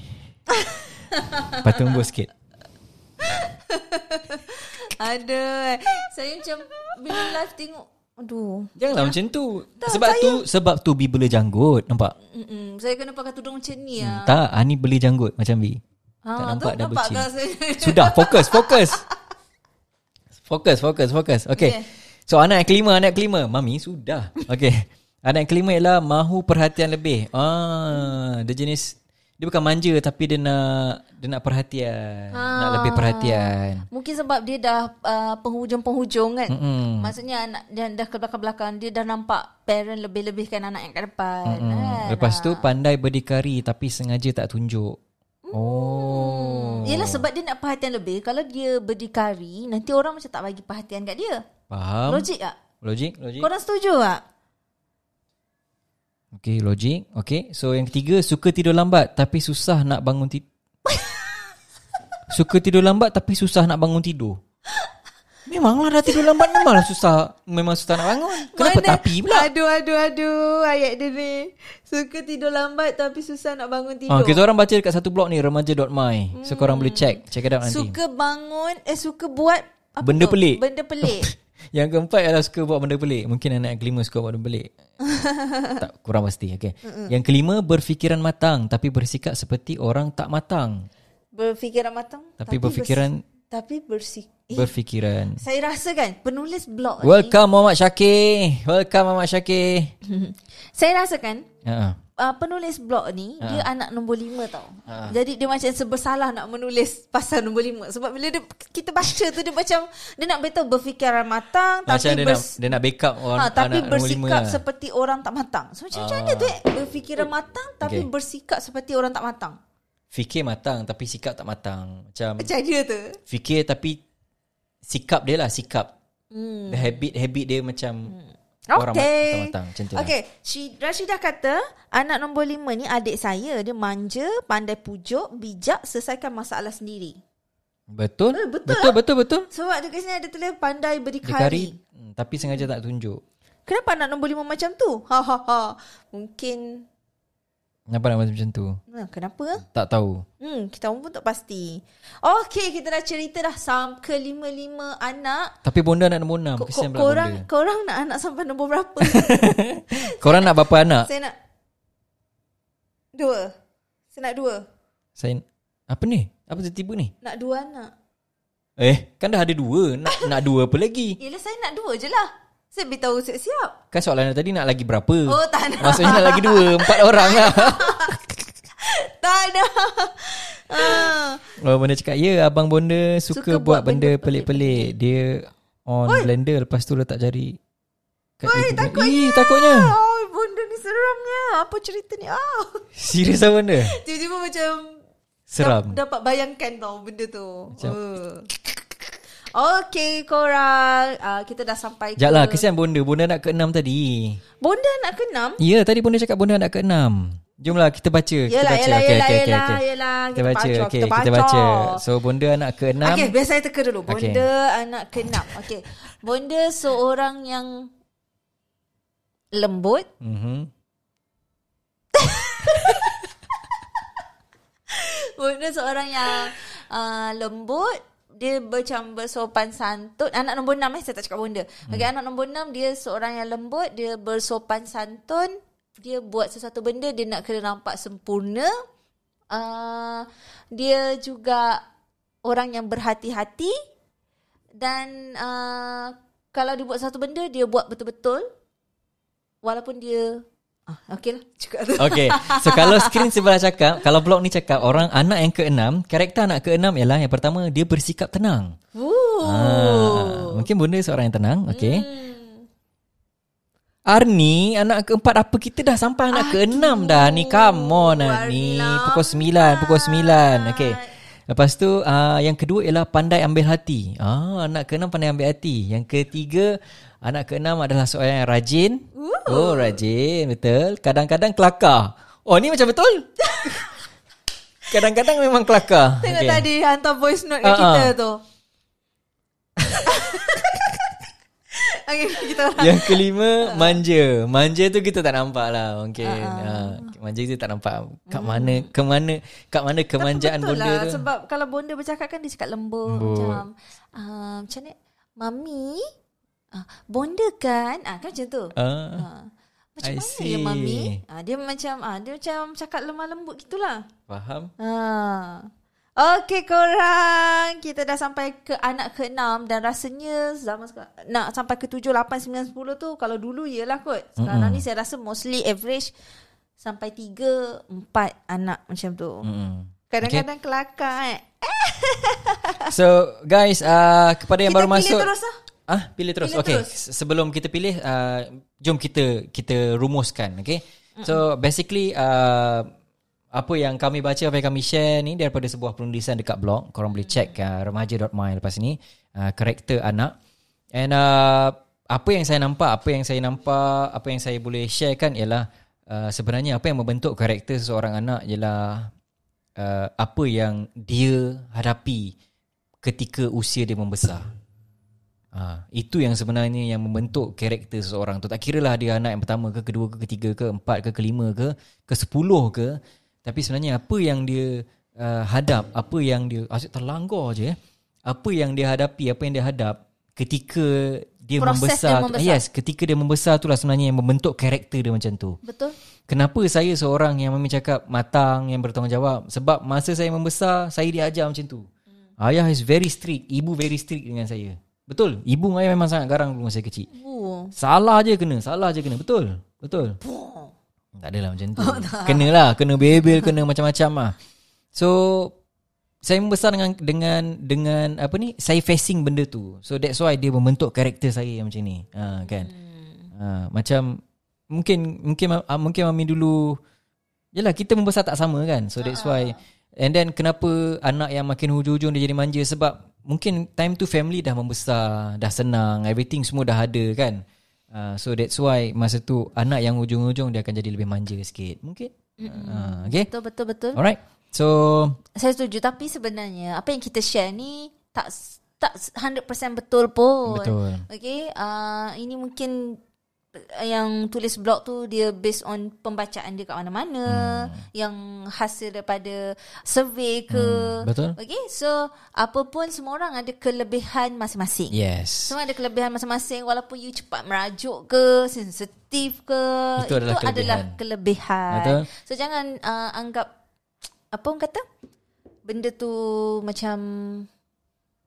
Speaker 2: Patung bos sikit
Speaker 3: Aduh. eh. Saya macam bila live tengok. Aduh.
Speaker 2: Janganlah macam tu
Speaker 3: Tak,
Speaker 2: Sebab tu Sebab tu B bela janggut Nampak?
Speaker 3: Mm-mm. Saya kena pakai tudung macam ni
Speaker 2: Hmm,
Speaker 3: lah.
Speaker 2: tak, Ani beli janggut macam B. tak
Speaker 3: Ah,
Speaker 2: nampak
Speaker 3: tu
Speaker 2: double
Speaker 3: nampak
Speaker 2: chin.
Speaker 3: kan saya?
Speaker 2: Sudah, fokus, fokus. Fokus, fokus, fokus. Okay.
Speaker 3: Okay.
Speaker 2: So anak yang kelima, anak yang kelima. Mami sudah. Okay. Anak yang kelima ialah mahu perhatian lebih. Ah, dia jenis dia bukan manja tapi dia nak dia nak perhatian, nak lebih perhatian.
Speaker 3: Mungkin sebab dia dah uh, penghujung-penghujung kan.
Speaker 2: Mm-mm.
Speaker 3: Maksudnya anak dia dah ke belakang-belakang dia dah nampak parent lebih-lebihkan anak yang kat depan. kan?
Speaker 2: Hmm. Lepas tu pandai berdikari tapi sengaja tak tunjuk. Oh.
Speaker 3: Kan? Yelah sebab dia nak perhatian lebih. Kalau dia berdikari, nanti orang macam tak bagi perhatian kat dia.
Speaker 2: Faham?
Speaker 3: Um. Logik tak?
Speaker 2: Logik, logik.
Speaker 3: Korang setuju tak?
Speaker 2: Okay, logik. Okay, so yang ketiga, suka tidur lambat tapi susah nak bangun tidur. suka tidur lambat tapi susah nak bangun tidur. Memanglah dah tidur lambat memanglah susah. Memang susah nak bangun. Kenapa
Speaker 3: Mana-
Speaker 2: tapi pula?
Speaker 3: Aduh, aduh, aduh. Ayat dia ni. Suka tidur lambat tapi susah nak bangun tidur.
Speaker 2: Ha, kita orang baca dekat satu blog ni, remaja.my. So, korang boleh check. Check it out nanti.
Speaker 3: Suka bangun, eh suka buat apa
Speaker 2: Benda
Speaker 3: tu?
Speaker 2: pelik.
Speaker 3: Benda pelik.
Speaker 2: Yang keempat ialah suka buat benda pelik. Mungkin anak yang kelima suka buat benda pelik. tak, kurang pasti. Okay. Yang kelima, berfikiran matang tapi bersikap seperti orang tak matang.
Speaker 3: Berfikiran matang.
Speaker 2: Tapi,
Speaker 3: bers-
Speaker 2: berfikiran...
Speaker 3: Tapi bersih. Eh,
Speaker 2: Berfikiran
Speaker 3: saya rasa kan penulis blog ni.
Speaker 2: Welcome Muhammad Syakir. Welcome Muhammad Syakir.
Speaker 3: Hmm. Saya rasa kan
Speaker 2: Ha.
Speaker 3: uh, penulis blog ni
Speaker 2: Ah.
Speaker 3: dia anak nombor lima tau. Jadi dia macam sebersalah nak menulis pasal nombor lima. Sebab bila dia, kita baca tu dia macam dia nak betul berfikiran matang
Speaker 2: Macam
Speaker 3: tapi
Speaker 2: dia nak
Speaker 3: bers-
Speaker 2: dia nak backup orang
Speaker 3: Ha, tapi
Speaker 2: anak nombor lima
Speaker 3: bersikap
Speaker 2: lah.
Speaker 3: seperti orang tak matang. So macam, macam mana tu eh? Berfikiran matang tapi
Speaker 2: Okay.
Speaker 3: bersikap seperti orang tak matang.
Speaker 2: fikir matang tapi sikap tak matang. Macam
Speaker 3: Macam dia tu.
Speaker 2: fikir tapi sikap dia lah sikap.
Speaker 3: Hmm.
Speaker 2: The habit habit dia macam orang mat-
Speaker 3: Okay.
Speaker 2: tak matang macam tu. lah.
Speaker 3: Okay. Shi- Rashidah kata, anak nombor lima ni adik saya. Dia manja, pandai pujuk, bijak, selesaikan masalah sendiri.
Speaker 2: Betul?
Speaker 3: Eh, betul
Speaker 2: betul betul betul.
Speaker 3: Sebab dekat sini ada tulis pandai
Speaker 2: Dikari
Speaker 3: berdikari.
Speaker 2: hmm, tapi sengaja tak tunjuk.
Speaker 3: Kenapa anak nombor lima macam tu? Ha ha ha. Mungkin,
Speaker 2: Kenapa nak macam tu?
Speaker 3: hmm, kenapa?
Speaker 2: Tak tahu.
Speaker 3: Hmm, kita orang pun tak pasti. Okay, kita dah cerita dah sam kelima-lima anak.
Speaker 2: Tapi bonda nak nombor 6.
Speaker 3: Ko-
Speaker 2: Kesian pula
Speaker 3: ko-
Speaker 2: bonda.
Speaker 3: korang, korang nak anak sampai nombor berapa?
Speaker 2: Korang nak berapa anak?
Speaker 3: Saya nak dua. Saya nak dua.
Speaker 2: Saya apa ni? Apa tiba-tiba ni?
Speaker 3: Nak dua anak.
Speaker 2: Eh, kan dah ada dua. Nak nak dua apa lagi?
Speaker 3: Yelah saya nak dua je lah Saya beritahu siap-siap
Speaker 2: Kan soalan tadi nak lagi berapa?
Speaker 3: Oh tak nak
Speaker 2: Maksudnya nak lagi dua, empat orang lah.
Speaker 3: Tak nak ah.
Speaker 2: Oh, benda cakap, ya abang bonda suka,
Speaker 3: Suka
Speaker 2: buat
Speaker 3: buat
Speaker 2: benda
Speaker 3: benda
Speaker 2: pelik-pelik. Dia on blender lepas tu letak jari. Kat Oi,
Speaker 3: takutnya.
Speaker 2: Ih, takutnya.
Speaker 3: Oh benda ni seramnya Apa cerita ni oh.
Speaker 2: Serius lah benda?
Speaker 3: Tiba-tiba macam
Speaker 2: Seram.
Speaker 3: dap- Dapat bayangkan tau benda tu macam. Uh. Okay korang ah, Kita dah sampai
Speaker 2: Sekejap lah, kesian bonda. Bonda nak ke enam tadi.
Speaker 3: Bonda nak keenam
Speaker 2: Ya, tadi bonda cakap bonda nak ke enam. Jomlah kita baca. kita
Speaker 3: Yelah,
Speaker 2: baca.
Speaker 3: yelah,
Speaker 2: Okey,
Speaker 3: yelah,
Speaker 2: okey, okey,
Speaker 3: yelah,
Speaker 2: okey.
Speaker 3: yelah.
Speaker 2: Kita
Speaker 3: Kita
Speaker 2: baca.
Speaker 3: baca,
Speaker 2: okey,
Speaker 3: kita
Speaker 2: kita baca.
Speaker 3: baca.
Speaker 2: So, bonda nak ke enam.
Speaker 3: Okay biar saya teka dulu Bonda
Speaker 2: Okey.
Speaker 3: anak keenam Okay Bonda seorang yang Lembut
Speaker 2: Mhm.
Speaker 3: Bonda seorang yang uh, lembut dia macam bersopan santun Anak nombor enam eh Saya tak cakap bonda Okay anak nombor enam Dia seorang yang lembut Dia bersopan santun Dia buat sesuatu benda Dia nak kena nampak sempurna uh, Dia juga Orang yang berhati-hati Dan uh, Kalau dia buat satu benda Dia buat betul-betul Walaupun dia ah, Okay lah Cakap tu
Speaker 2: Okay So kalau screen sebelah cakap Kalau blog ni cakap Orang anak yang keenam Karakter anak keenam ialah Yang pertama Dia bersikap tenang
Speaker 3: Ooh. Hmm.
Speaker 2: ah, Mungkin bunda seorang yang tenang Okay Arni Anak keempat apa Kita dah sampai anak Aduh, keenam dah Ni come on Arni
Speaker 3: Warna.
Speaker 2: Pukul sembilan Pukul sembilan Okay Lepas tu uh, Yang kedua ialah Pandai ambil hati ah, Anak keenam pandai ambil hati Yang ketiga Anak keenam adalah seorang yang rajin Ooh. Oh rajin Betul Kadang-kadang kelakar Oh ni macam betul Kadang-kadang memang kelakar
Speaker 3: Tengok
Speaker 2: Okey.
Speaker 3: okay. tadi hantar voice note
Speaker 2: Ah,
Speaker 3: kat kita
Speaker 2: ah.
Speaker 3: tu. okay, kita orang.
Speaker 2: Yang kelima manja. Manja tu kita tak nampak lah mungkin.
Speaker 3: Ah,
Speaker 2: Uh-huh. manja kita tak nampak. Kat mana ke mana kat mana kemanjaan
Speaker 3: Hmm. Betul
Speaker 2: bonda
Speaker 3: lah,
Speaker 2: tu.
Speaker 3: Sebab kalau bonda bercakap kan dia cakap lembut.
Speaker 2: Lembut.
Speaker 3: Macam, uh, macam ni, Mami, uh, bonda kan? Ah, kan macam tu.
Speaker 2: Ah,
Speaker 3: Ah. Macam
Speaker 2: I
Speaker 3: mana
Speaker 2: see.
Speaker 3: ya mami? Ah, dia macam ah, dia macam cakap lemah lembut gitulah.
Speaker 2: faham?
Speaker 3: Ha. Okey korang, kita dah sampai ke anak ke-6 dan rasanya zaman sekarang nak sampai ke 7, 8, 9, 10 tu kalau dulu ialah kot. Sekarang mm-hmm. ni saya rasa mostly average sampai 3, 4 anak macam tu. Mm.
Speaker 2: Mm.
Speaker 3: Kadang-kadang okay. kelakar eh.
Speaker 2: So guys, uh, kepada yang
Speaker 3: Kita
Speaker 2: baru
Speaker 3: pilih
Speaker 2: masuk
Speaker 3: terus lah.
Speaker 2: Ah, pilih terus.
Speaker 3: Pilih
Speaker 2: okay.
Speaker 3: terus.
Speaker 2: Se- Sebelum kita pilih, uh, jom kita kita rumuskan, okay? So basically uh, apa yang kami baca apa yang kami share ni daripada sebuah perundisan dekat blog. Korang boleh check uh, remaja.my lepas ni uh, karakter anak. And uh, apa yang saya nampak, apa yang saya nampak, apa yang saya boleh sharekan ialah uh, sebenarnya apa yang membentuk karakter seseorang anak ialah uh, apa yang dia hadapi ketika usia dia membesar. Ha, itu yang sebenarnya yang membentuk karakter seseorang tu. Tak kira lah dia anak yang pertama ke, kedua ke, ketiga ke, empat ke, kelima ke, ke sepuluh ke. Tapi sebenarnya apa yang dia uh, hadap, apa yang dia, asyik terlanggar je eh. Apa yang dia hadapi, apa yang dia hadap ketika dia
Speaker 3: Proses dia
Speaker 2: membesar.
Speaker 3: membesar.
Speaker 2: Yes, ketika dia membesar itulah sebenarnya yang membentuk karakter dia macam tu.
Speaker 3: Betul?
Speaker 2: Kenapa saya seorang yang mami cakap matang, yang bertanggungjawab? Sebab masa saya membesar, saya diajar macam tu. Ayah is very strict, ibu very strict dengan saya. Betul, ibu dengan ayah memang sangat garang dulu masa saya kecil.
Speaker 3: Oh.
Speaker 2: Salah je kena, salah je kena. Betul, betul. Tak adalah macam tu. Kena lah, kena bebel, kena macam-macam lah. So, saya membesar dengan dengan dengan apa ni? Saya facing benda tu. So that's why dia membentuk karakter saya yang macam ni. Ha kan. Ha, macam mungkin mungkin ma- ah, mungkin mami dulu Yelah kita membesar tak sama kan So that's why And then kenapa Anak yang makin hujung-hujung Dia jadi manja Sebab Mungkin time tu family dah membesar Dah senang Everything semua dah ada kan uh, So that's why Masa tu Anak yang hujung-hujung Dia akan jadi lebih manja sikit Mungkin uh, Okay
Speaker 3: Betul betul betul.
Speaker 2: Alright So
Speaker 3: Saya setuju tapi sebenarnya apa yang kita share ni tak s- tak s- 100% betul pun.
Speaker 2: Betul.
Speaker 3: Okay, uh, ini mungkin uh, yang tulis blog tu dia based on pembacaan dia kat mana-mana, hmm. yang hasil daripada survey ke.
Speaker 2: Hmm, betul.
Speaker 3: Okay, so apa pun semua orang ada kelebihan masing-masing.
Speaker 2: Yes
Speaker 3: Semua ada kelebihan masing-masing walaupun you cepat merajuk ke, sensitif ke,
Speaker 2: Itu adalah
Speaker 3: itu adalah kelebihan.
Speaker 2: Betul.
Speaker 3: So jangan uh, anggap apa orang kata benda tu macam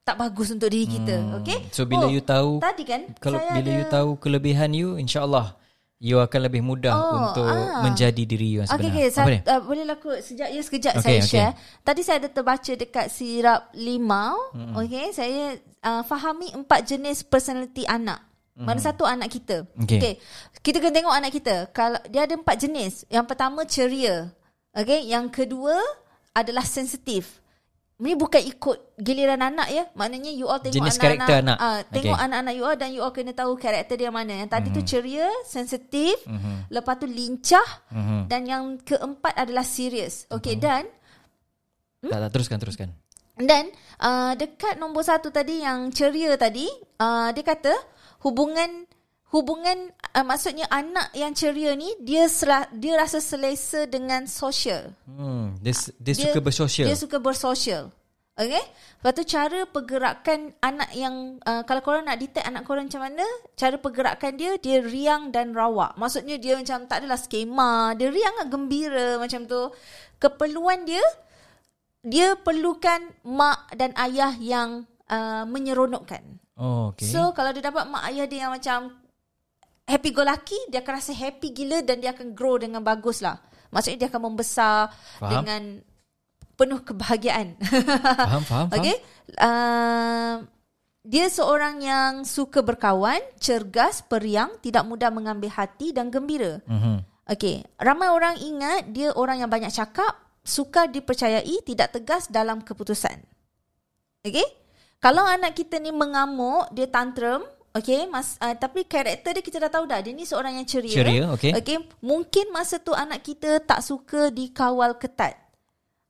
Speaker 3: tak bagus untuk diri kita, hmm. okay?
Speaker 2: So bila you tahu
Speaker 3: tadi kan
Speaker 2: Kalau
Speaker 3: saya
Speaker 2: bila
Speaker 3: ada,
Speaker 2: you tahu Kelebihan you InsyaAllah You akan lebih mudah
Speaker 3: Oh,
Speaker 2: Untuk
Speaker 3: ah.
Speaker 2: Menjadi diri you yang
Speaker 3: Okay,
Speaker 2: sebenar
Speaker 3: okay. Sa-
Speaker 2: Apa dia?
Speaker 3: boleh? Uh, boleh lah kot. Sejak ya sekejap
Speaker 2: Okay,
Speaker 3: okay, saya
Speaker 2: okay.
Speaker 3: okay. share. Tadi saya ada terbaca dekat sirap limau. Mm-hmm. Okay, saya uh, fahami empat jenis personality anak. Mm-hmm. Mana satu anak kita.
Speaker 2: Okay.
Speaker 3: okay. Kita kena tengok anak kita. Kalau Dia ada empat jenis. Yang pertama ceria. Okay, yang kedua adalah sensitif. Ini bukan ikut giliran anak ya. Maknanya you all tengok
Speaker 2: Jenis
Speaker 3: anak-anak.
Speaker 2: karakter anak.
Speaker 3: ah, tengok
Speaker 2: Okay.
Speaker 3: anak-anak you all dan you all kena tahu karakter dia mana. Yang tadi mm-hmm. tu ceria, sensitif,
Speaker 2: Mhm,
Speaker 3: mm-hmm. lepas tu lincah mm-hmm. dan yang keempat adalah serious. Okay mm-hmm. dan
Speaker 2: Tak tak teruskan teruskan
Speaker 3: dan uh, dekat nombor satu tadi yang ceria tadi, uh, dia kata hubungan hubungan uh, maksudnya anak yang ceria ni dia sera, dia rasa selesa dengan sosial.
Speaker 2: Hmm, dia, dia, dia suka bersosial.
Speaker 3: Dia suka bersosial. Okay? Lepas tu cara pergerakan anak yang uh, kalau korang nak detect anak korang macam mana, cara pergerakan dia dia riang dan rawak. Maksudnya dia macam tak adalah skema, dia riang dan gembira macam tu. Keperluan dia dia perlukan mak dan ayah yang uh, menyeronokkan.
Speaker 2: Oh, okay.
Speaker 3: So kalau dia dapat mak ayah dia yang macam happy go lucky, dia akan rasa happy gila dan dia akan grow dengan bagus lah. Maksudnya dia akan membesar
Speaker 2: Faham.
Speaker 3: Faham? dengan penuh kebahagiaan.
Speaker 2: faham, faham, faham.
Speaker 3: okay? Um, Dia seorang yang suka berkawan, cergas, periang, tidak mudah mengambil hati dan gembira.
Speaker 2: Mhm.
Speaker 3: Okey, ramai orang ingat dia orang yang banyak cakap, suka dipercayai, tidak tegas dalam keputusan. Okey? Kalau anak kita ni mengamuk, dia tantrum, okey, mas uh, tapi karakter dia kita dah tahu dah, dia ni seorang yang ceria.
Speaker 2: Ceria, okey.
Speaker 3: Okey, mungkin masa tu anak kita tak suka dikawal ketat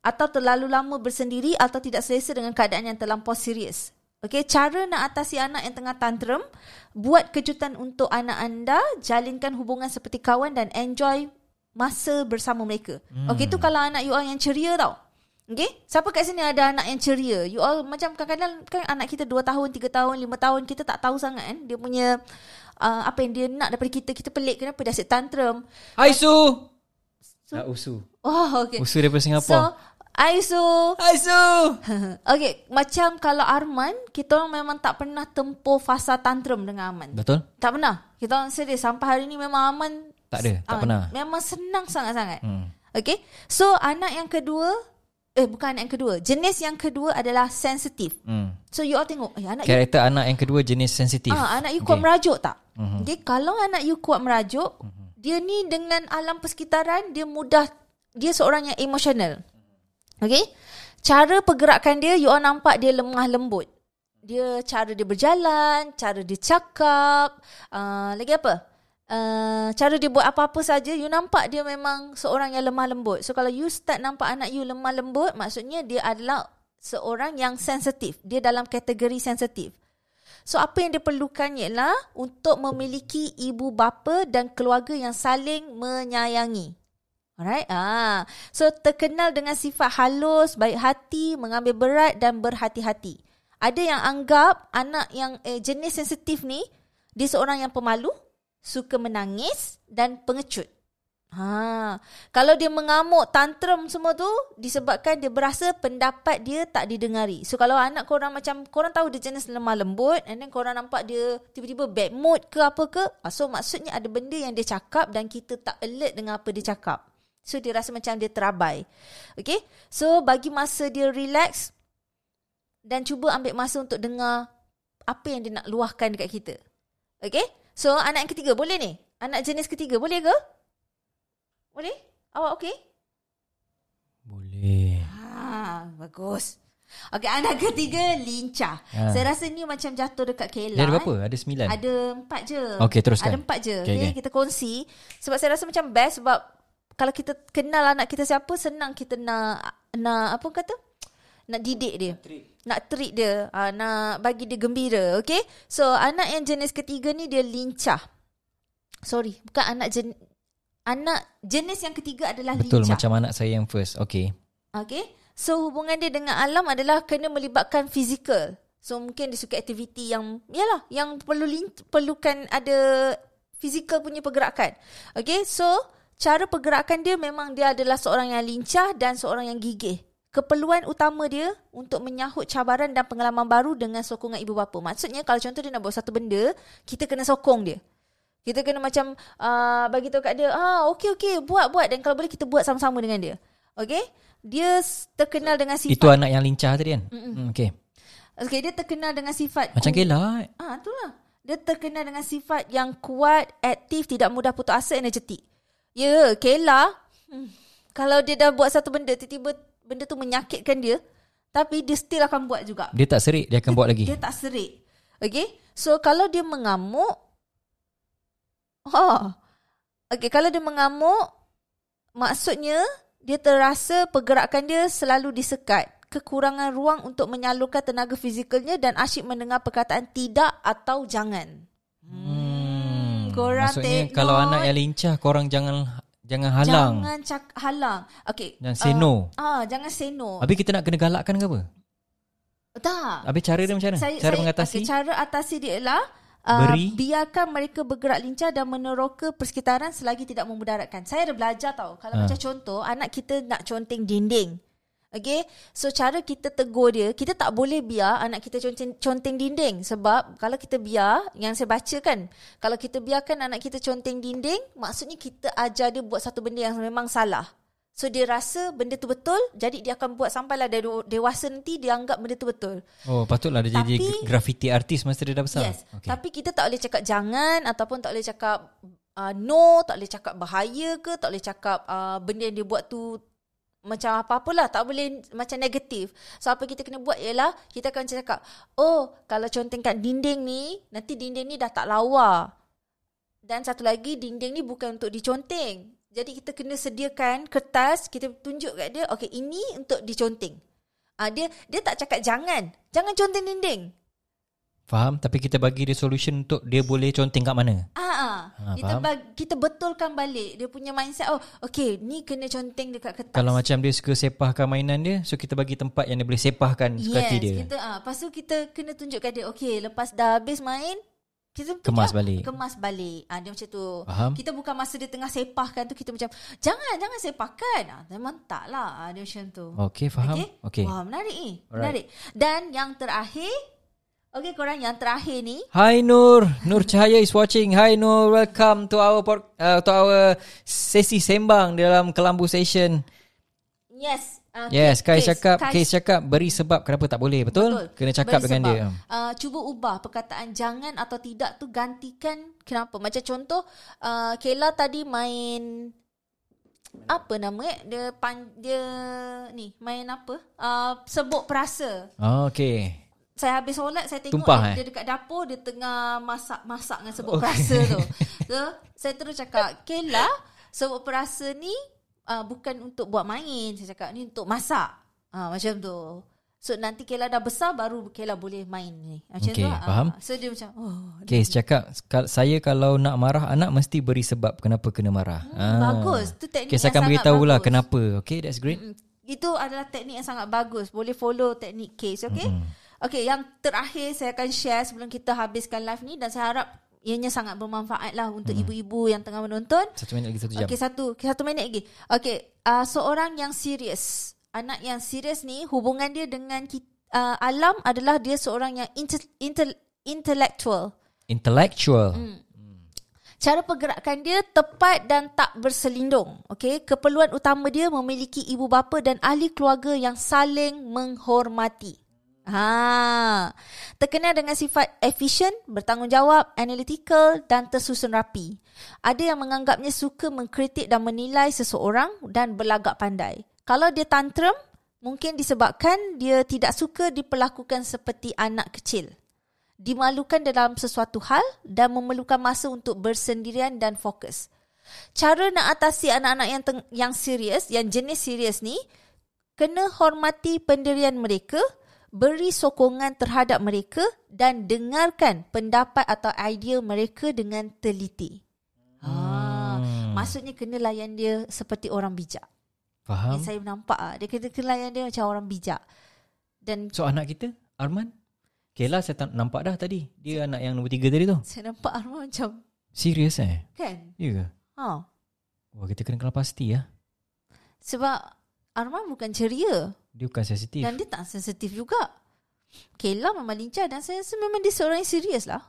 Speaker 3: atau terlalu lama bersendiri atau tidak selesa dengan keadaan yang terlampau serius. Okey, cara nak atasi anak yang tengah tantrum, buat kejutan untuk anak anda, jalinkan hubungan seperti kawan dan enjoy masa bersama mereka. Hmm. Okey, tu kalau anak you all yang ceria tau. Okey, siapa kat sini ada anak yang ceria? You all macam kadang-kadang kan anak kita 2 tahun, 3 tahun, 5 tahun, kita tak tahu sangat kan dia punya uh, apa yang dia nak daripada kita. Kita pelik kenapa dia asyik tantrum.
Speaker 2: Hai Su. Ah, Usu.
Speaker 3: Oh, okey.
Speaker 2: Usu daripada
Speaker 3: So,
Speaker 2: Singapura.
Speaker 3: Aisu
Speaker 2: Hai Su.
Speaker 3: Okay, macam kalau Arman, kita orang memang tak pernah tempuh fasa tantrum dengan Arman.
Speaker 2: Betul?
Speaker 3: Tak pernah. Kita orang serius. Sampai hari ni memang Arman...
Speaker 2: Tak ada, tak
Speaker 3: ah,
Speaker 2: pernah.
Speaker 3: Memang senang sangat-sangat.
Speaker 2: Hmm.
Speaker 3: Okay, so anak yang kedua... Eh, bukan anak yang kedua. Jenis yang kedua adalah sensitif.
Speaker 2: Hmm.
Speaker 3: So, you all tengok. Eh, anak you,
Speaker 2: Karakter anak yang kedua jenis sensitif.
Speaker 3: ah, anak you kuat merajuk tak? Mm-hmm. Okay, kalau anak you kuat merajuk, mm-hmm. dia ni dengan alam persekitaran, dia mudah... Dia seorang yang emosional. Okay? Cara pergerakan dia, you all nampak dia lemah lembut. Dia, cara dia berjalan, cara dia cakap, uh, lagi apa? Uh, cara dia buat apa-apa saja, you nampak dia memang seorang yang lemah lembut. So, kalau you start nampak anak you lemah lembut, maksudnya dia adalah seorang yang sensitif. Dia dalam kategori sensitif. So, apa yang dia perlukan ialah untuk memiliki ibu bapa dan keluarga yang saling menyayangi. Alright. Ah. So terkenal dengan sifat halus, baik hati, mengambil berat dan berhati-hati. Ada yang anggap anak yang eh, jenis sensitif ni dia seorang yang pemalu, suka menangis dan pengecut. Ha, kalau dia mengamuk, tantrum semua tu disebabkan dia berasa pendapat dia tak didengari. So kalau anak korang macam korang tahu dia jenis lemah lembut and then korang nampak dia tiba-tiba bad mood ke apa ke. ah, So maksudnya ada benda yang dia cakap dan kita tak alert dengan apa dia cakap. So dia rasa macam dia terabai. Okay. So bagi masa dia relax dan cuba ambil masa untuk dengar apa yang dia nak luahkan dekat kita. Okay. So anak yang ketiga boleh ni? Anak jenis ketiga boleh ke? Boleh? Awak okey?
Speaker 2: Boleh.
Speaker 3: Ha, bagus. Okey, anak ketiga lincah.
Speaker 2: Ha.
Speaker 3: Ha. Saya rasa ni macam jatuh dekat Kela.
Speaker 2: Dia ada berapa? Ada sembilan.
Speaker 3: Ada empat je.
Speaker 2: Okey, teruskan.
Speaker 3: Ada empat je.
Speaker 2: Okey,
Speaker 3: Okay, okay.
Speaker 2: okey.
Speaker 3: kita kongsi. Sebab saya rasa macam best sebab kalau kita kenal anak kita siapa, senang kita nak, nak apa kata? Nak didik dia. Nak treat dia. ah, Nak bagi dia gembira. Okay? So, anak yang jenis ketiga ni dia lincah. Sorry, bukan anak jen anak jenis yang ketiga adalah
Speaker 2: Betul
Speaker 3: lincah.
Speaker 2: macam anak saya yang first. Okay.
Speaker 3: Okay. So hubungan dia dengan alam adalah kena melibatkan fizikal. So mungkin dia suka aktiviti yang yalah yang perlu lin- perlukan ada fizikal punya pergerakan. Okay. So cara pergerakan dia memang dia adalah seorang yang lincah dan seorang yang gigih. Keperluan utama dia untuk menyahut cabaran dan pengalaman baru dengan sokongan ibu bapa. Maksudnya kalau contoh dia nak buat satu benda, kita kena sokong dia. Kita kena macam uh, bagi tahu kat dia, ah okey okey buat buat dan kalau boleh kita buat sama-sama dengan dia. Okey? Dia s- terkenal dengan sifat Oh.
Speaker 2: Itu anak yang lincah tadi kan? Mm, okay.
Speaker 3: Okey, dia terkenal dengan sifat
Speaker 2: Macam
Speaker 3: ku-
Speaker 2: Kela.
Speaker 3: Ah, itulah. Dia terkenal dengan sifat yang kuat, aktif, tidak mudah putus asa, energetik. Ya, Kela, hmm, kalau dia dah buat satu benda, tiba-tiba benda tu menyakitkan dia, tapi dia still akan buat juga.
Speaker 2: Dia tak serik, dia akan Kan buat lagi.
Speaker 3: Dia tak serik. Okay. So kalau dia mengamuk. Oh. Okay. Kalau dia mengamuk. Maksudnya. Dia terasa pergerakan dia selalu disekat. Kekurangan ruang untuk menyalurkan tenaga fizikalnya dan asyik mendengar perkataan tidak atau jangan.
Speaker 2: Hmm.
Speaker 3: korang
Speaker 2: Maksudnya
Speaker 3: take
Speaker 2: kalau
Speaker 3: note.
Speaker 2: anak yang lincah, korang jangan jangan halang.
Speaker 3: Jangan cak- halang. Okay.
Speaker 2: Jangan say no.
Speaker 3: Ah, jangan say no.
Speaker 2: Habis kita nak kena galakkan ke apa?
Speaker 3: tak.
Speaker 2: Habis cara dia macam mana? cara mengatasi?
Speaker 3: Okay, cara atasi dia ialah uh,
Speaker 2: Beri.
Speaker 3: biarkan mereka bergerak lincah dan meneroka persekitaran selagi tidak memudaratkan. Saya ada belajar tau. Kalau
Speaker 2: Ha.
Speaker 3: macam contoh, anak kita nak conteng dinding. Okay, so cara kita tegur dia, kita tak boleh biar anak kita conteng, conteng dinding sebab kalau kita biar, yang saya baca kan, kalau kita biarkan anak kita conteng dinding, maksudnya kita ajar dia buat satu benda yang memang salah. So dia rasa benda tu betul Jadi dia akan buat Sampailah dia de- dewasa nanti Dia anggap benda tu betul
Speaker 2: Oh patutlah dia jadi
Speaker 3: Tapi-
Speaker 2: graffiti artist masa dia dah besar.
Speaker 3: Yes okay. Tapi kita tak boleh cakap jangan Ataupun tak boleh cakap uh, No Tak boleh cakap bahaya ke Tak boleh cakap uh, Benda yang dia buat tu Macam apa-apalah Tak boleh Macam negatif So apa kita kena buat Ialah Kita akan cakap Oh Kalau conteng kat dinding ni Nanti dinding ni dah tak lawa Dan satu lagi Dinding ni bukan untuk diconteng Jadi kita kena sediakan Kertas Kita tunjuk kat dia Okay ini untuk diconteng Ah dia dia tak cakap jangan. Jangan conteng dinding.
Speaker 2: Faham? Tapi kita bagi dia solution untuk dia boleh conteng kat mana.
Speaker 3: Ah,
Speaker 2: Ah,
Speaker 3: ah. kita
Speaker 2: faham.
Speaker 3: bag, kita betulkan balik dia punya mindset. Oh, okay, ni kena conteng dekat kertas.
Speaker 2: Kalau macam dia suka sepahkan mainan dia, so kita bagi tempat yang dia boleh sepahkan Kan, suka hati dia.
Speaker 3: kita ah, lepas tu kita kena tunjukkan dia. Okay, lepas dah habis main, kita tunjuk-
Speaker 2: Kemas balik.
Speaker 3: Kemas balik. Ah, dia macam tu.
Speaker 2: Faham.
Speaker 3: Kita bukan masa dia tengah sepahkan tu kita macam jangan jangan sepahkan. Ah, memang tak lah. Ah, dia macam tu.
Speaker 2: Okey, Oh, faham? Okey.
Speaker 3: Wah, menarik ni.
Speaker 2: Alright.
Speaker 3: Menarik. Dan yang terakhir, okay korang yang terakhir ni,
Speaker 2: Hi Nur, Nur Cahaya is watching. Hi Nur, welcome to our pod, uh, to our sesi sembang dalam Kelambu session.
Speaker 3: yes. ah,
Speaker 2: Yes, Kais
Speaker 3: case,
Speaker 2: cakap,
Speaker 3: case.
Speaker 2: Kais cakap beri sebab kenapa tak boleh, betul?
Speaker 3: Betul.
Speaker 2: Kena cakap
Speaker 3: Beri
Speaker 2: dengan
Speaker 3: sebab.
Speaker 2: dia.
Speaker 3: Uh, cuba ubah perkataan jangan atau tidak tu gantikan kenapa? Macam contoh uh, Kela tadi main apa nama eh? Dia pan, dia ni main apa? Uh, sebut perasa.
Speaker 2: Oh, okay.
Speaker 3: Saya habis solat saya tengok
Speaker 2: Tumpah,
Speaker 3: eh, dia dekat dapur dia tengah masak-masak dengan sebut okay. perasa tu. So saya terus cakap Kela sebut perasa ni uh, bukan untuk buat main. Saya cakap ni untuk masak. Uh, macam tu. So nanti Kela dah besar baru Kela boleh main ni. Macam
Speaker 2: Okay,
Speaker 3: tu. ah.
Speaker 2: faham.
Speaker 3: So dia macam oh
Speaker 2: Kais cakap "Kal- saya kalau nak marah anak mesti beri sebab kenapa kena marah. Hmm,
Speaker 3: bagus. Tu teknik
Speaker 2: Kais akan
Speaker 3: yang sangat
Speaker 2: beritahulah
Speaker 3: bagus.
Speaker 2: kenapa. Okay, that's great.
Speaker 3: Mm. Itu adalah teknik yang sangat bagus. Boleh follow teknik case, okay? Mm-hmm. Okay, yang terakhir saya akan share sebelum kita habiskan live ni dan saya harap ianya sangat bermanfaat lah untuk mm-hmm. ibu-ibu yang tengah menonton.
Speaker 2: Satu minit lagi satu jam.
Speaker 3: Okey, satu satu minit lagi. Okey, uh, seorang yang serius, anak yang serius ni hubungan dia dengan ki- uh, alam adalah dia seorang yang inter, inter, intellectual.
Speaker 2: Intellectual.
Speaker 3: Hmm. Cara pergerakan dia tepat dan tak berselindung. Okey, keperluan utama dia memiliki ibu bapa dan ahli keluarga yang saling menghormati. Ha. Terkenal dengan sifat efisien, bertanggungjawab, analytical dan tersusun rapi. Ada yang menganggapnya suka mengkritik dan menilai seseorang dan berlagak pandai. Kalau dia tantrum, mungkin disebabkan dia tidak suka diperlakukan seperti anak kecil dimalukan dalam sesuatu hal dan memerlukan masa untuk bersendirian dan fokus. Cara nak atasi anak-anak yang teng- yang serius, yang jenis serius ni, kena hormati pendirian mereka, beri sokongan terhadap mereka dan dengarkan pendapat atau idea mereka dengan teliti.
Speaker 2: Hmm.
Speaker 3: Ah, maksudnya kena layan dia seperti orang bijak.
Speaker 2: Faham?
Speaker 3: Yang saya nampak ah, dia kena kena layan dia macam orang bijak. Dan
Speaker 2: So anak kita, Arman? Okay lah, saya tak nampak dah tadi. Dia anak yang nombor tiga tadi tu.
Speaker 3: saya nampak Arman macam
Speaker 2: Serius eh?
Speaker 3: kan?
Speaker 2: Ya ke?
Speaker 3: Ha.
Speaker 2: Wah, kita kena kenal pasti lah.
Speaker 3: Sebab Arman bukan ceria
Speaker 2: Dia bukan sensitif.
Speaker 3: dan dia tak sensitif juga. Kela memang lincah dan saya rasa memang dia seorang yang serius lah.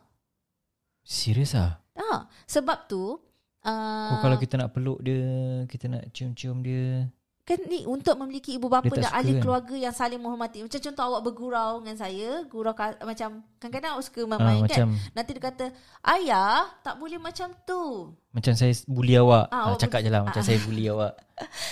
Speaker 2: Serius lah.
Speaker 3: Ha, sebab tu uh,
Speaker 2: Oh, kalau kita nak peluk dia, kita nak cium-cium dia.
Speaker 3: kan ni untuk memiliki ibu bapa
Speaker 2: Dia tak
Speaker 3: dan
Speaker 2: suka
Speaker 3: ahli
Speaker 2: kan?
Speaker 3: keluarga yang saling menghormati. Macam contoh awak bergurau dengan saya, gurau ka, macam kadang-kadang awak suka
Speaker 2: Ah,
Speaker 3: main-main kan.
Speaker 2: macam
Speaker 3: Nanti dia kata, "Ayah, tak boleh macam tu.
Speaker 2: macam saya bully awak.
Speaker 3: Ah,
Speaker 2: Ah,
Speaker 3: awak
Speaker 2: cakap je lah macam saya bully awak.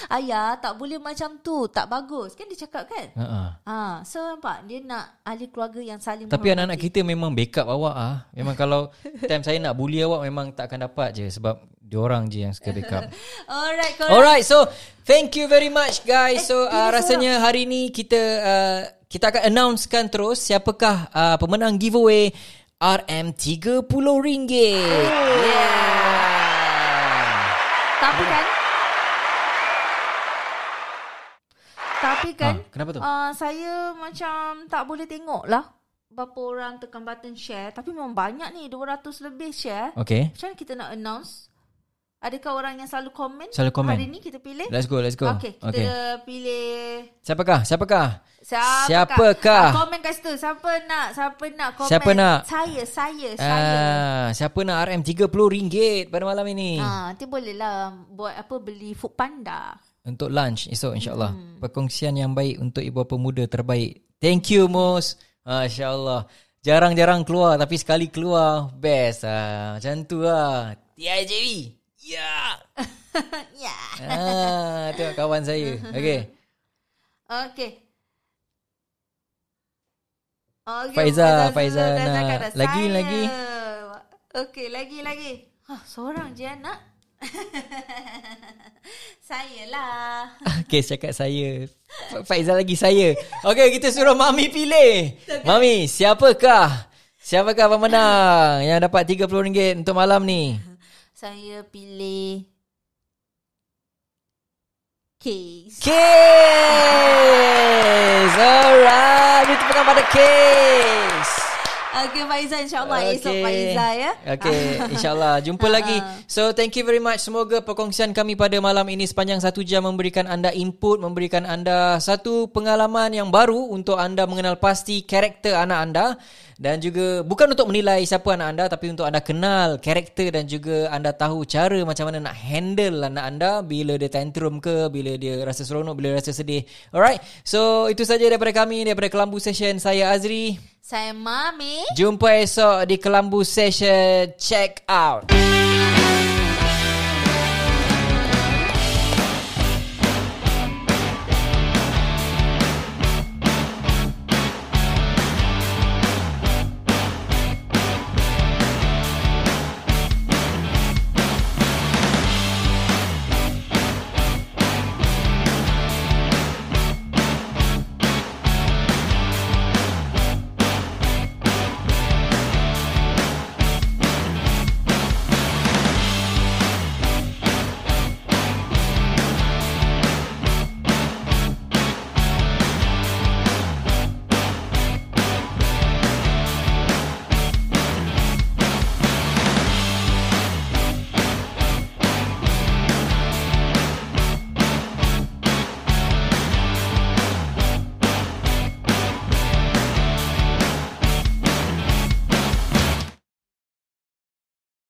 Speaker 3: Ayah, tak boleh macam tu. Tak bagus." Kan dia cakap kan?
Speaker 2: Ha ah.
Speaker 3: Ha, so nampak dia nak ahli keluarga yang saling
Speaker 2: Tapi anak-anak kita memang backup awak ah. Memang kalau time saya nak bully awak memang tak akan dapat je sebab diorang je yang suka backup.
Speaker 3: Alright, korang
Speaker 2: Alright, so thank you very much guys. So uh, rasanya hari ni kita uh, kita akan announcekan terus siapakah uh, pemenang giveaway RM30. Yeah.
Speaker 3: Tapi kan Tapi kan
Speaker 2: Ha, kenapa tu?
Speaker 3: Uh, saya macam tak boleh tengok lah Berapa orang tekan button share Tapi memang banyak ni 200 lebih share
Speaker 2: Okay.
Speaker 3: Macam mana kita nak announce Adakah orang yang selalu komen
Speaker 2: Selalu komen.
Speaker 3: Hari ni kita pilih
Speaker 2: Let's go, let's go.
Speaker 3: Okay kita okay. pilih
Speaker 2: Siapakah? Siapakah?
Speaker 3: Siapakah?
Speaker 2: Siapakah?
Speaker 3: Ah, komen kat situ Siapa nak Siapa nak komen
Speaker 2: Siapa nak?
Speaker 3: Saya Saya Saya
Speaker 2: Ah, siapa nak RM30 pada malam ini?
Speaker 3: Ah, nanti boleh lah buat apa beli food panda.
Speaker 2: untuk lunch esok insyaAllah. Hmm. Perkongsian yang baik untuk ibu bapa muda terbaik. Thank you Mus. Masya Allah. Jarang-jarang keluar tapi sekali keluar best ah. Macam tu lah. TIJB. Ya. Yeah.
Speaker 3: Ya.
Speaker 2: ah,
Speaker 3: Yeah.
Speaker 2: tengok kawan saya. Okay.
Speaker 3: Okey. Okay,
Speaker 2: Faiza, Faiza
Speaker 3: dah
Speaker 2: nak-
Speaker 3: cakap dah.
Speaker 2: lagi,
Speaker 3: Saya.
Speaker 2: lagi.
Speaker 3: Okey, lagi, lagi. Hah, seorang je anak. saya lah.
Speaker 2: Okay, cakap saya. Fa- Faizal lagi saya. Okay, kita suruh Mami pilih. Mami, siapakah? Siapakah pemenang yang dapat RM30 untuk malam ni?
Speaker 3: Saya pilih Case.
Speaker 2: Case! Alright, beri tepukan pada Case.
Speaker 3: Okey Faiza insyaAllah okay. Esok Faiza ya Ha.
Speaker 2: Okay, insyaAllah. Jumpa lagi. So, thank you very much. Semoga perkongsian kami pada malam ini sepanjang satu jam memberikan anda input, memberikan anda satu pengalaman yang baru untuk anda mengenal pasti karakter anak anda dan juga bukan untuk menilai siapa anak anda tapi untuk anda kenal karakter dan juga anda tahu cara macam mana nak handle anak anda bila dia tantrum ke, bila dia rasa seronok, bila dia rasa sedih. Alright, so itu saja daripada kami, daripada Kelambu Session. Saya Azri.
Speaker 3: Saya Mami
Speaker 2: Jumpa esok di Kelambu Session. Check out.